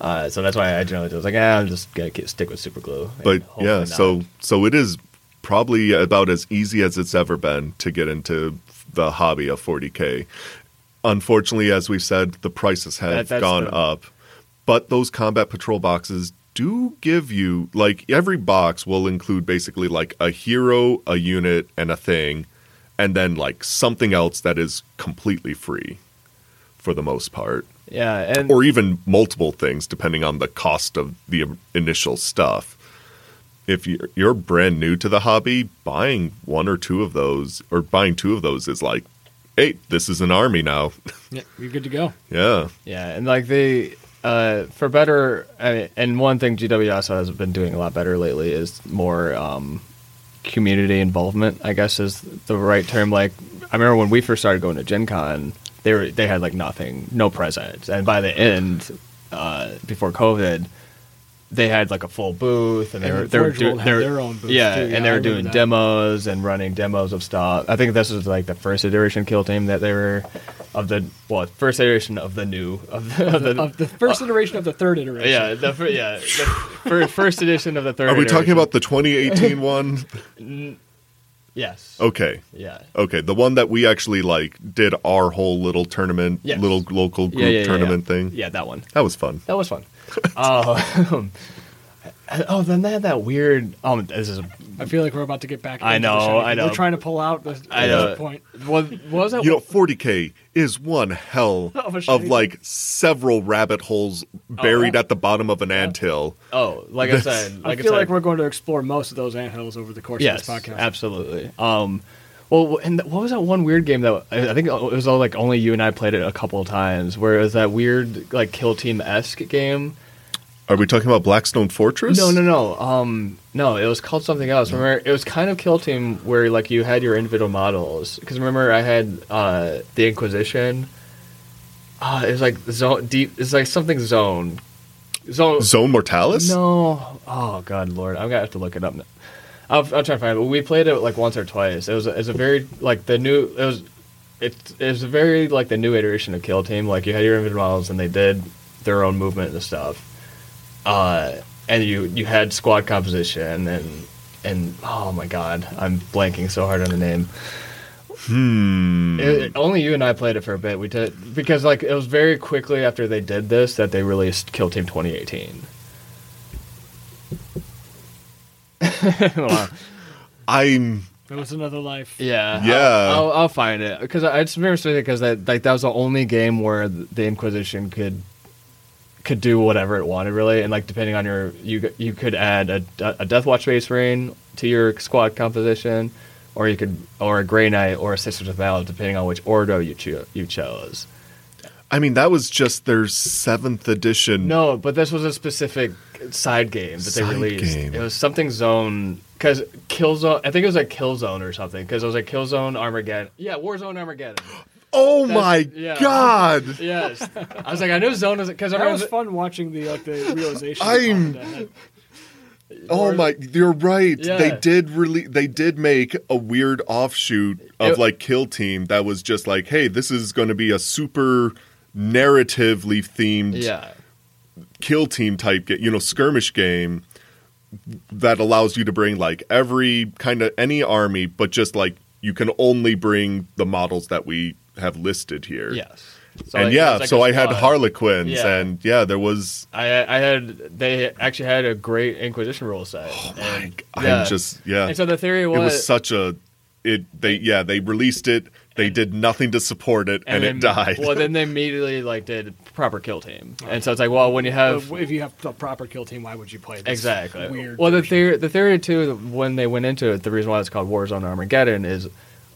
S3: uh, so that's why I generally just like, ah, I'm just gonna keep, stick with super glue. and
S1: but
S3: hopefully
S1: yeah
S3: not.
S1: so so it is probably about as easy as it's ever been to get into the hobby of 40k unfortunately as we've said the prices have
S3: That- that's
S1: gone
S3: the-
S1: up but those combat patrol boxes do give you like every box will include basically like a hero a unit and a thing and then like something else that is completely free for the most part
S3: yeah, and
S1: or even multiple things depending on the cost of the initial stuff. If you're, you're brand new to the hobby, buying one or two of those or buying two of those is like, hey, this is an army now.
S2: Yeah, you're good to go.
S1: yeah.
S3: Yeah, and like they, uh, for better, I, and one thing GW also has been doing a lot better lately is more um, community involvement. I guess is the right term. Like I remember when we first started going to Gen Con, they were they had like nothing, no presence, and by the end, uh, before COVID. They had like a full booth, and they
S2: And
S3: were
S2: the
S3: they were
S2: Forge World had
S3: they were-
S2: their own booth,
S3: Yeah,
S2: too. Yeah,
S3: and
S2: I
S3: they were
S2: remember
S3: doing
S2: that.
S3: demos and running demos of stuff. I think this was like the first iteration kill team that they were of the well, first iteration of the new of the, of the,
S2: Of the first iteration of the third iteration.
S3: Uh, yeah, the fir- yeah, the fir- first edition of the third.
S1: Are we talking
S3: iteration.
S1: about the 2018 one?
S3: yes?
S1: Okay.
S3: Yeah.
S1: Okay, the one that we actually like did our whole little tournament,
S3: Yes.
S1: little local group
S3: Yeah, yeah, yeah,
S1: tournament
S3: yeah.
S1: thing.
S3: Yeah, that one.
S1: That was fun.
S3: That was fun. Oh, oh, then they had that weird. Um, this is.
S2: I feel like we're about to get back.
S3: I
S2: into the
S3: know,
S2: show.
S3: I know.
S2: We're trying to pull out the,
S3: I
S2: the
S3: know.
S2: point.
S3: What, what was that?
S1: You know, 40k is one hell
S2: Of a
S1: of
S2: shame.
S1: like several rabbit holes buried
S3: Oh.
S1: at the bottom of an anthill.
S3: oh, like I said, like
S2: I feel
S3: said,
S2: like we're going to explore most of those anthills over the course
S3: yes,
S2: of this podcast.
S3: absolutely. Um, well, and th- what was that one weird game that I I think it was all like only you and I played it a couple of times, where it was that weird like kill team esque game.
S1: Are we talking about Blackstone Fortress?
S3: No, no, no. Um, no, it was called something else. Remember, it was kind of Kill Team where like you had your individual models. Because remember, I had uh, the Inquisition. Uh, it was like zone deep. It's like something zone. Zone.
S1: Zone Mortalis?
S3: No. Oh God, Lord, I'm gonna have to look it up. Now. I'll, I'll try to find it. But we played it like once or twice. It was it's a very like the new it was it, it was a very like the new iteration of Kill Team. Like you had your individual models and they did their own movement and stuff. Uh, and you you had squad composition and and oh my god, I'm blanking so hard on the name. Hmm. only you and I played it for a bit. We did because like it was very quickly after they did this that they released Kill Team 2018. Wow.
S1: I'm
S2: There was another life.
S3: Yeah.
S1: Yeah.
S3: I'll, I'll, I'll find it because I I just remember saying because that like that was the only game where the Inquisition could could do whatever it wanted really, and like depending on your you you could add a, a Death Watch Space Marine to your squad composition, or you could or a Grey Knight or a Sisters of Valor depending on which order you cho- you chose.
S1: I mean that was just their 7th edition.
S3: No, but this was a specific side game that they
S1: Side
S3: released.
S1: game.
S3: It was something zone because Killzone. I think it was like Killzone or something because it was like Killzone Armageddon. Yeah, Warzone Armageddon.
S1: Oh
S3: That's-
S1: my
S3: yeah.
S1: god.
S3: Yes, I was like, I know Zone is because I
S2: That
S3: remember.
S2: was fun watching the like the realization.
S1: I'm- Oh
S3: Or-
S1: my! You're right. They
S3: Yeah.
S1: did really. They did make a weird offshoot of
S3: It-
S1: like Kill Team that was just like, hey, this is going to be a super narratively themed
S3: yeah,
S1: Kill Team type, ga- you know, skirmish game that allows you to bring like every kind of any army, but just like you can only bring the models that we have listed here.
S3: yes. So
S1: and
S3: like, it
S1: yeah,
S3: was like
S1: so
S3: a
S1: I had
S3: squad.
S1: Harlequins,
S3: Yeah.
S1: and yeah, there was.
S3: I, I had they actually had a great Inquisition rule set. Oh my!
S1: I'm just yeah.
S3: And so the theory
S1: it
S3: was,
S1: was such a it they yeah they released it they did nothing to support it and,
S3: then-
S1: it died
S3: Well, then they immediately like did proper kill team, and so it's like, well, when you have
S2: if you have the proper kill team, why would you play this?
S3: Exactly.
S2: Weird.
S3: well, the theory, the theory too, when they went into it, the reason why it's called Warzone Armageddon is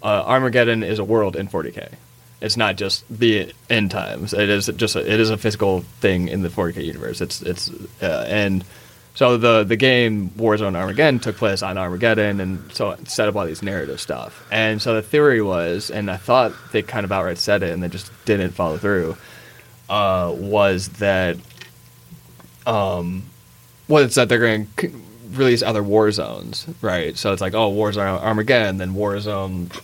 S3: uh, Armageddon is a world in 40k. It's not just the end times. It is just a, it is a physical thing in the 40k universe. It's it's uh, and so the the game Warzone Armageddon took place on Armageddon, and so it set up all these narrative stuff. And so the theory was, and I thought they kind of outright said it, and they just didn't follow through. Uh, was that well, it's that they're going to release other war zones, right? So it's like, oh, Warzone Armageddon, then Warzone,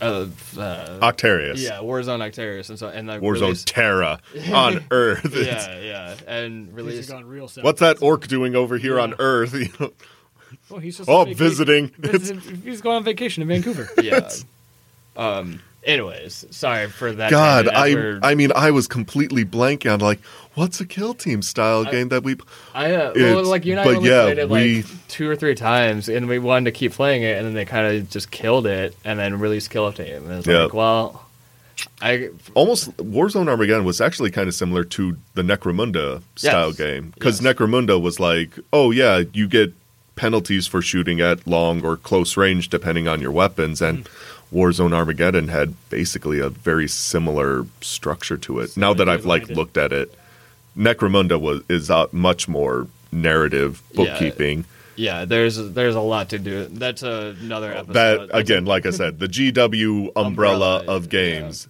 S3: uh, uh,
S1: octarius
S3: yeah, Warzone Octarius, and so and like
S1: warzone
S3: release-
S1: terra on earth It's-
S3: yeah, yeah, and
S2: These
S3: release.
S2: have gone real sad.
S1: what's that orc doing over here on
S2: Yeah.
S1: earth You know,
S2: Oh, he's just
S1: oh
S2: vaca-
S1: visiting it's,
S2: visiting- He's going on vacation in Vancouver.
S3: Yeah. Um. Anyways, sorry for that.
S1: god
S3: tangent.
S1: i
S3: After-
S1: i mean i was completely blanking on like what's a kill team style game that we
S3: I uh, well,
S1: It's-
S3: like you and I
S1: but
S3: only
S1: yeah,
S3: played it like
S1: we-
S3: two or three times, and we wanted to keep playing it, and then they kind of just killed it, and then released Kill Team, and it's
S1: Yeah.
S3: like, well, I
S1: almost warzone armageddon was actually kind of similar to the necromunda style
S3: Yes.
S1: game because
S3: Yes.
S1: necromunda was like oh yeah you get penalties for shooting at long or close range depending on your weapons
S3: Mm.
S1: and warzone armageddon had basically a very similar structure to it now that i've like
S2: minded.
S1: looked at it necromunda was is uh, much more narrative
S3: Yeah.
S1: bookkeeping
S3: Yeah, there's there's a lot to do. That's another episode.
S1: that
S3: That's
S1: again like i said the gw umbrella,
S3: Umbrella,
S1: of
S3: yeah.
S1: games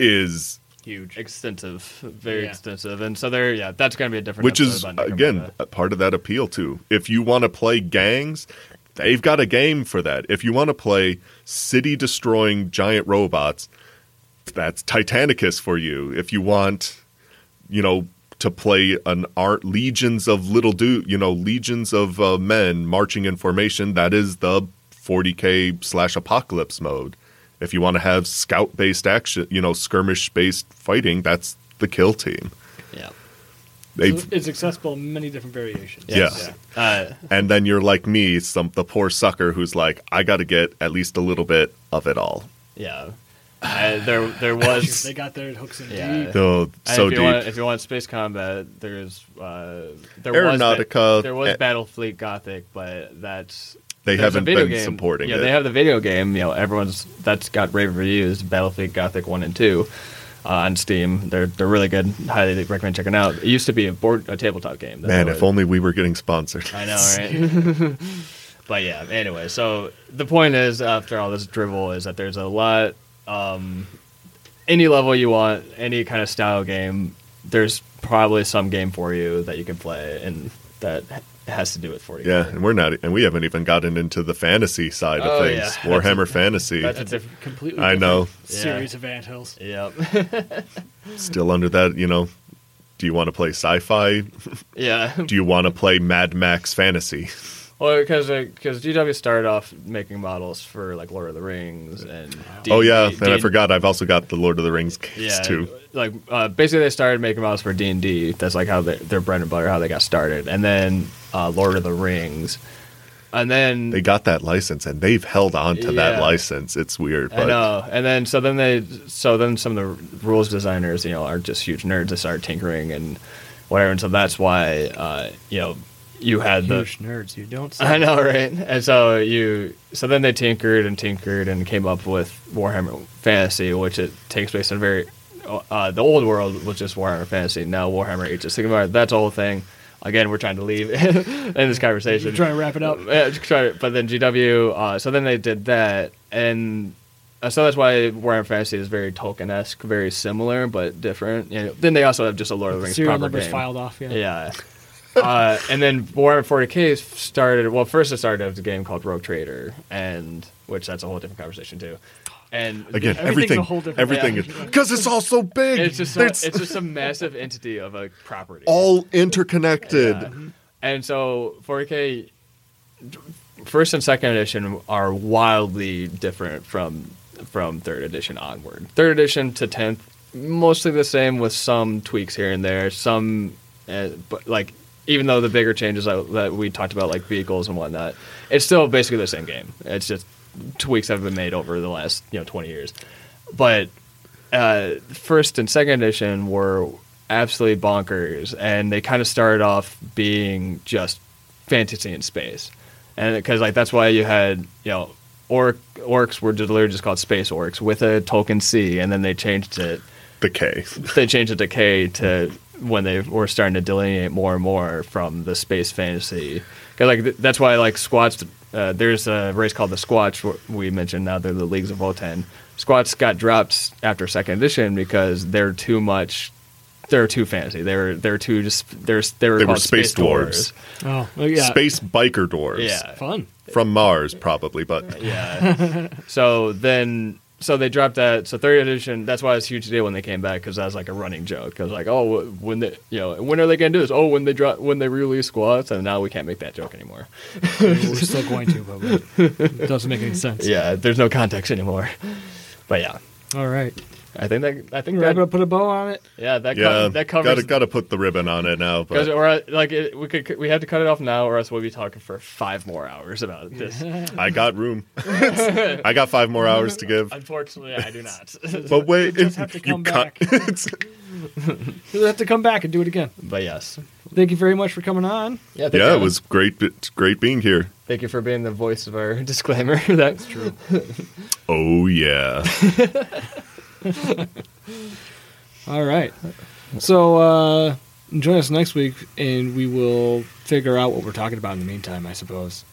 S1: is
S2: Huge.
S3: extensive, very
S2: Yeah.
S3: extensive, and so there. Yeah, that's gonna be a different.
S1: which is
S3: episode about
S1: again
S3: Necromunda.
S1: a part of that appeal too if you want to play gangs they've got a game for that if you want to play city destroying giant robots that's titanicus for you if you want you know to play an art legions of little dude you know legions of uh, men marching in formation that is the 40k slash apocalypse mode if you want to have scout based action you know skirmish based fighting that's the kill team
S3: Yeah.
S1: they've
S2: So it's accessible in many different variations.
S1: Yes.
S3: Uh,
S1: and then you're like me, some the poor sucker who's like, I got to get at least a little bit of it all.
S3: yeah. I, there there
S2: Yeah.
S3: was.
S2: They got their hooks in
S3: Yeah.
S2: deep.
S1: So
S3: and
S1: so
S3: if you
S1: deep.
S3: Want, if you want space combat, there's uh, there
S1: Aeronautica,
S3: was there was
S1: eh.
S3: Battlefleet Gothic, but that's
S1: They
S3: there's a
S1: haven't
S3: video
S1: been
S3: game.
S1: supporting
S3: Yeah,
S1: it.
S3: they have the video game. You know, everyone's that's got rave reviews. Battlefleet Gothic one and two uh, on Steam. They're they're really good. Highly recommend checking out. It used to be a board a tabletop game. That's
S1: Man,
S3: what-
S1: if only we were getting sponsored.
S3: I know, right? but yeah. Anyway, so the point is, after all this drivel, is that there's a lot. Um, any level you want, any kind of style game, there's probably some game for you that you can play, and that has to do with 40.
S1: Yeah, and we're not, and we haven't even gotten into the fantasy side of
S3: Oh,
S1: things.
S3: yeah.
S1: Warhammer Fantasy,
S3: that's a
S2: It's a
S3: different.
S2: completely
S1: I know,
S2: different series of anthills.
S3: Yep.
S1: still under that. You know, do you want to play sci-fi?
S3: yeah.
S1: Do you want to play Mad Max Fantasy?
S3: Well, uh, because because GW started off making models for like Lord of the Rings and D-
S1: oh yeah,
S3: D-
S1: and I
S3: D-
S1: forgot I've also got the Lord of the Rings case
S3: Yeah,
S1: too.
S3: like uh, basically they started making models for D and D. That's like how they, their bread and butter, how they got started, and then uh, Lord of the Rings, and then
S1: They got that license and they've held on to
S3: Yeah.
S1: that license. It's weird,
S3: I
S1: but
S3: know. And then so then they so then some of the rules designers, you know, are just huge nerds. They started tinkering and whatever. And so that's why uh, you know you had the
S2: Huge nerds, you don't say.
S3: I know, right? And so you so then they tinkered and tinkered and came up with Warhammer Fantasy, which it takes place in very uh, the old world was just Warhammer Fantasy. Now Warhammer Age of Sigmar. That's the whole thing. Again, we're trying to leave in this conversation.
S2: You're trying to wrap it up.
S3: Yeah, just try it. But then GW, uh, so then they did that, and uh, so that's why Warhammer Fantasy is very Tolkien esque, very similar but different. You know, then they also have just a Lord of the Rings
S2: Serial
S3: proper
S2: numbers
S3: game.
S2: filed off. Yeah.
S3: Yeah. uh, and then Warhammer 40k started. Well, first it started as a game called Rogue Trader, and which that's a whole different conversation too. And
S1: again,
S2: Everything's
S1: everything,
S2: a whole different-
S1: everything
S3: Yeah.
S1: is because it's all so big.
S3: it's just a,
S1: There's-
S3: it's just a massive entity of a property.
S1: all interconnected.
S3: And so 4K, first and second edition are wildly different from from third edition onward. Third edition to tenth, mostly the same with some tweaks here and there. Some, uh, but like even though the bigger changes that, that we talked about, like vehicles and whatnot, it's still basically the same game. It's just tweaks have been made over the last you know twenty years, but uh, first and second edition were absolutely bonkers, and they kind of started off being just fantasy in space, and because like that's why you had you know orc orcs were just literally just called space orcs with a Tolkien C, and then they changed it
S1: The K.
S3: they changed it to K to when they were starting to delineate more and more from the space fantasy. 'Cause, like th- that's why like Squats. Uh, there's a race called the Squatch wh- we mentioned. Now they're the Leagues of Votan. Squats got dropped after second edition because they're too much. They're too fantasy. They're they're too just they're they were,
S1: They were
S3: called
S1: space dwarves.
S2: Oh, well, yeah.
S1: Space biker dwarves
S3: Yeah.
S2: Fun.
S1: from Mars, probably, but
S3: Yeah. so then, so they dropped that. So third edition. That's why it was a huge deal when they came back because that was like a running joke. Because like, oh, wh- when they, you know, when are they gonna do this? Oh, when they drop, when they release squats, and now we can't make that joke anymore.
S2: We're still going to, but we- it doesn't make any sense.
S3: Yeah, there's no context anymore. But yeah,
S2: All right.
S3: I think that I think
S2: Wrap it up,
S3: that
S2: put a bow on it.
S3: yeah that co-
S1: yeah,
S3: that
S1: gotta
S3: covers.
S1: gotta put the ribbon on it now.
S3: Because
S1: But
S3: or uh, like it, we could we have to cut it off now, or else we'll be talking for five more hours about this.
S1: I got room. I got five more hours to give.
S3: Unfortunately, I do not.
S1: But wait,
S2: just have to come back.
S1: it's-
S2: You'll have to come back and do it again.
S3: but yes,
S2: Thank you very much for coming on.
S3: yeah, thank
S1: yeah,
S3: you.
S1: it was great. It's great being here.
S3: Thank you for being the voice of our disclaimer. That's true.
S1: Oh yeah.
S2: All right. So uh, join us next week, and we will figure out what we're talking about in the meantime, I suppose.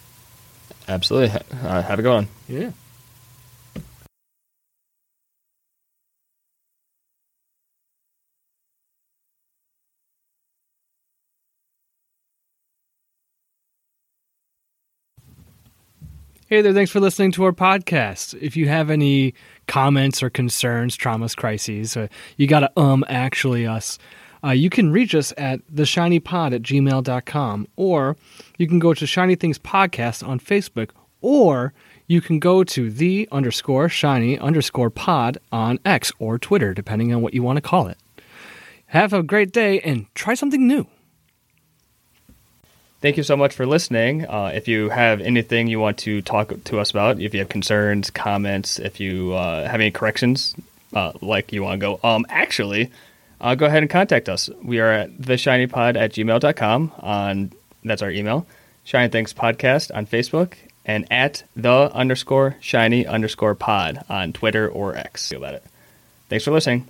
S3: Absolutely. Uh, have a good one.
S2: Yeah. Hey there, thanks for listening to our podcast. If you have any comments or concerns, traumas, crises, uh, you got to um actually us, uh, you can reach us at theshinypod at gmail.com or you can go to Shiny Things Podcast on Facebook or you can go to the underscore shiny underscore pod on X or Twitter, depending on what you want to call it. Have a great day and try something new.
S3: Thank you so much for listening. Uh, if you have anything you want to talk to us about, if you have concerns, comments, if you uh, have any corrections, uh, like you want to go, um, actually, uh, go ahead and contact us. We are at theshinypod at gmail.com. On, that's our email. Shiny Thanks Podcast on Facebook and at the underscore shiny underscore pod on Twitter or X. Feel about it. Thanks for listening.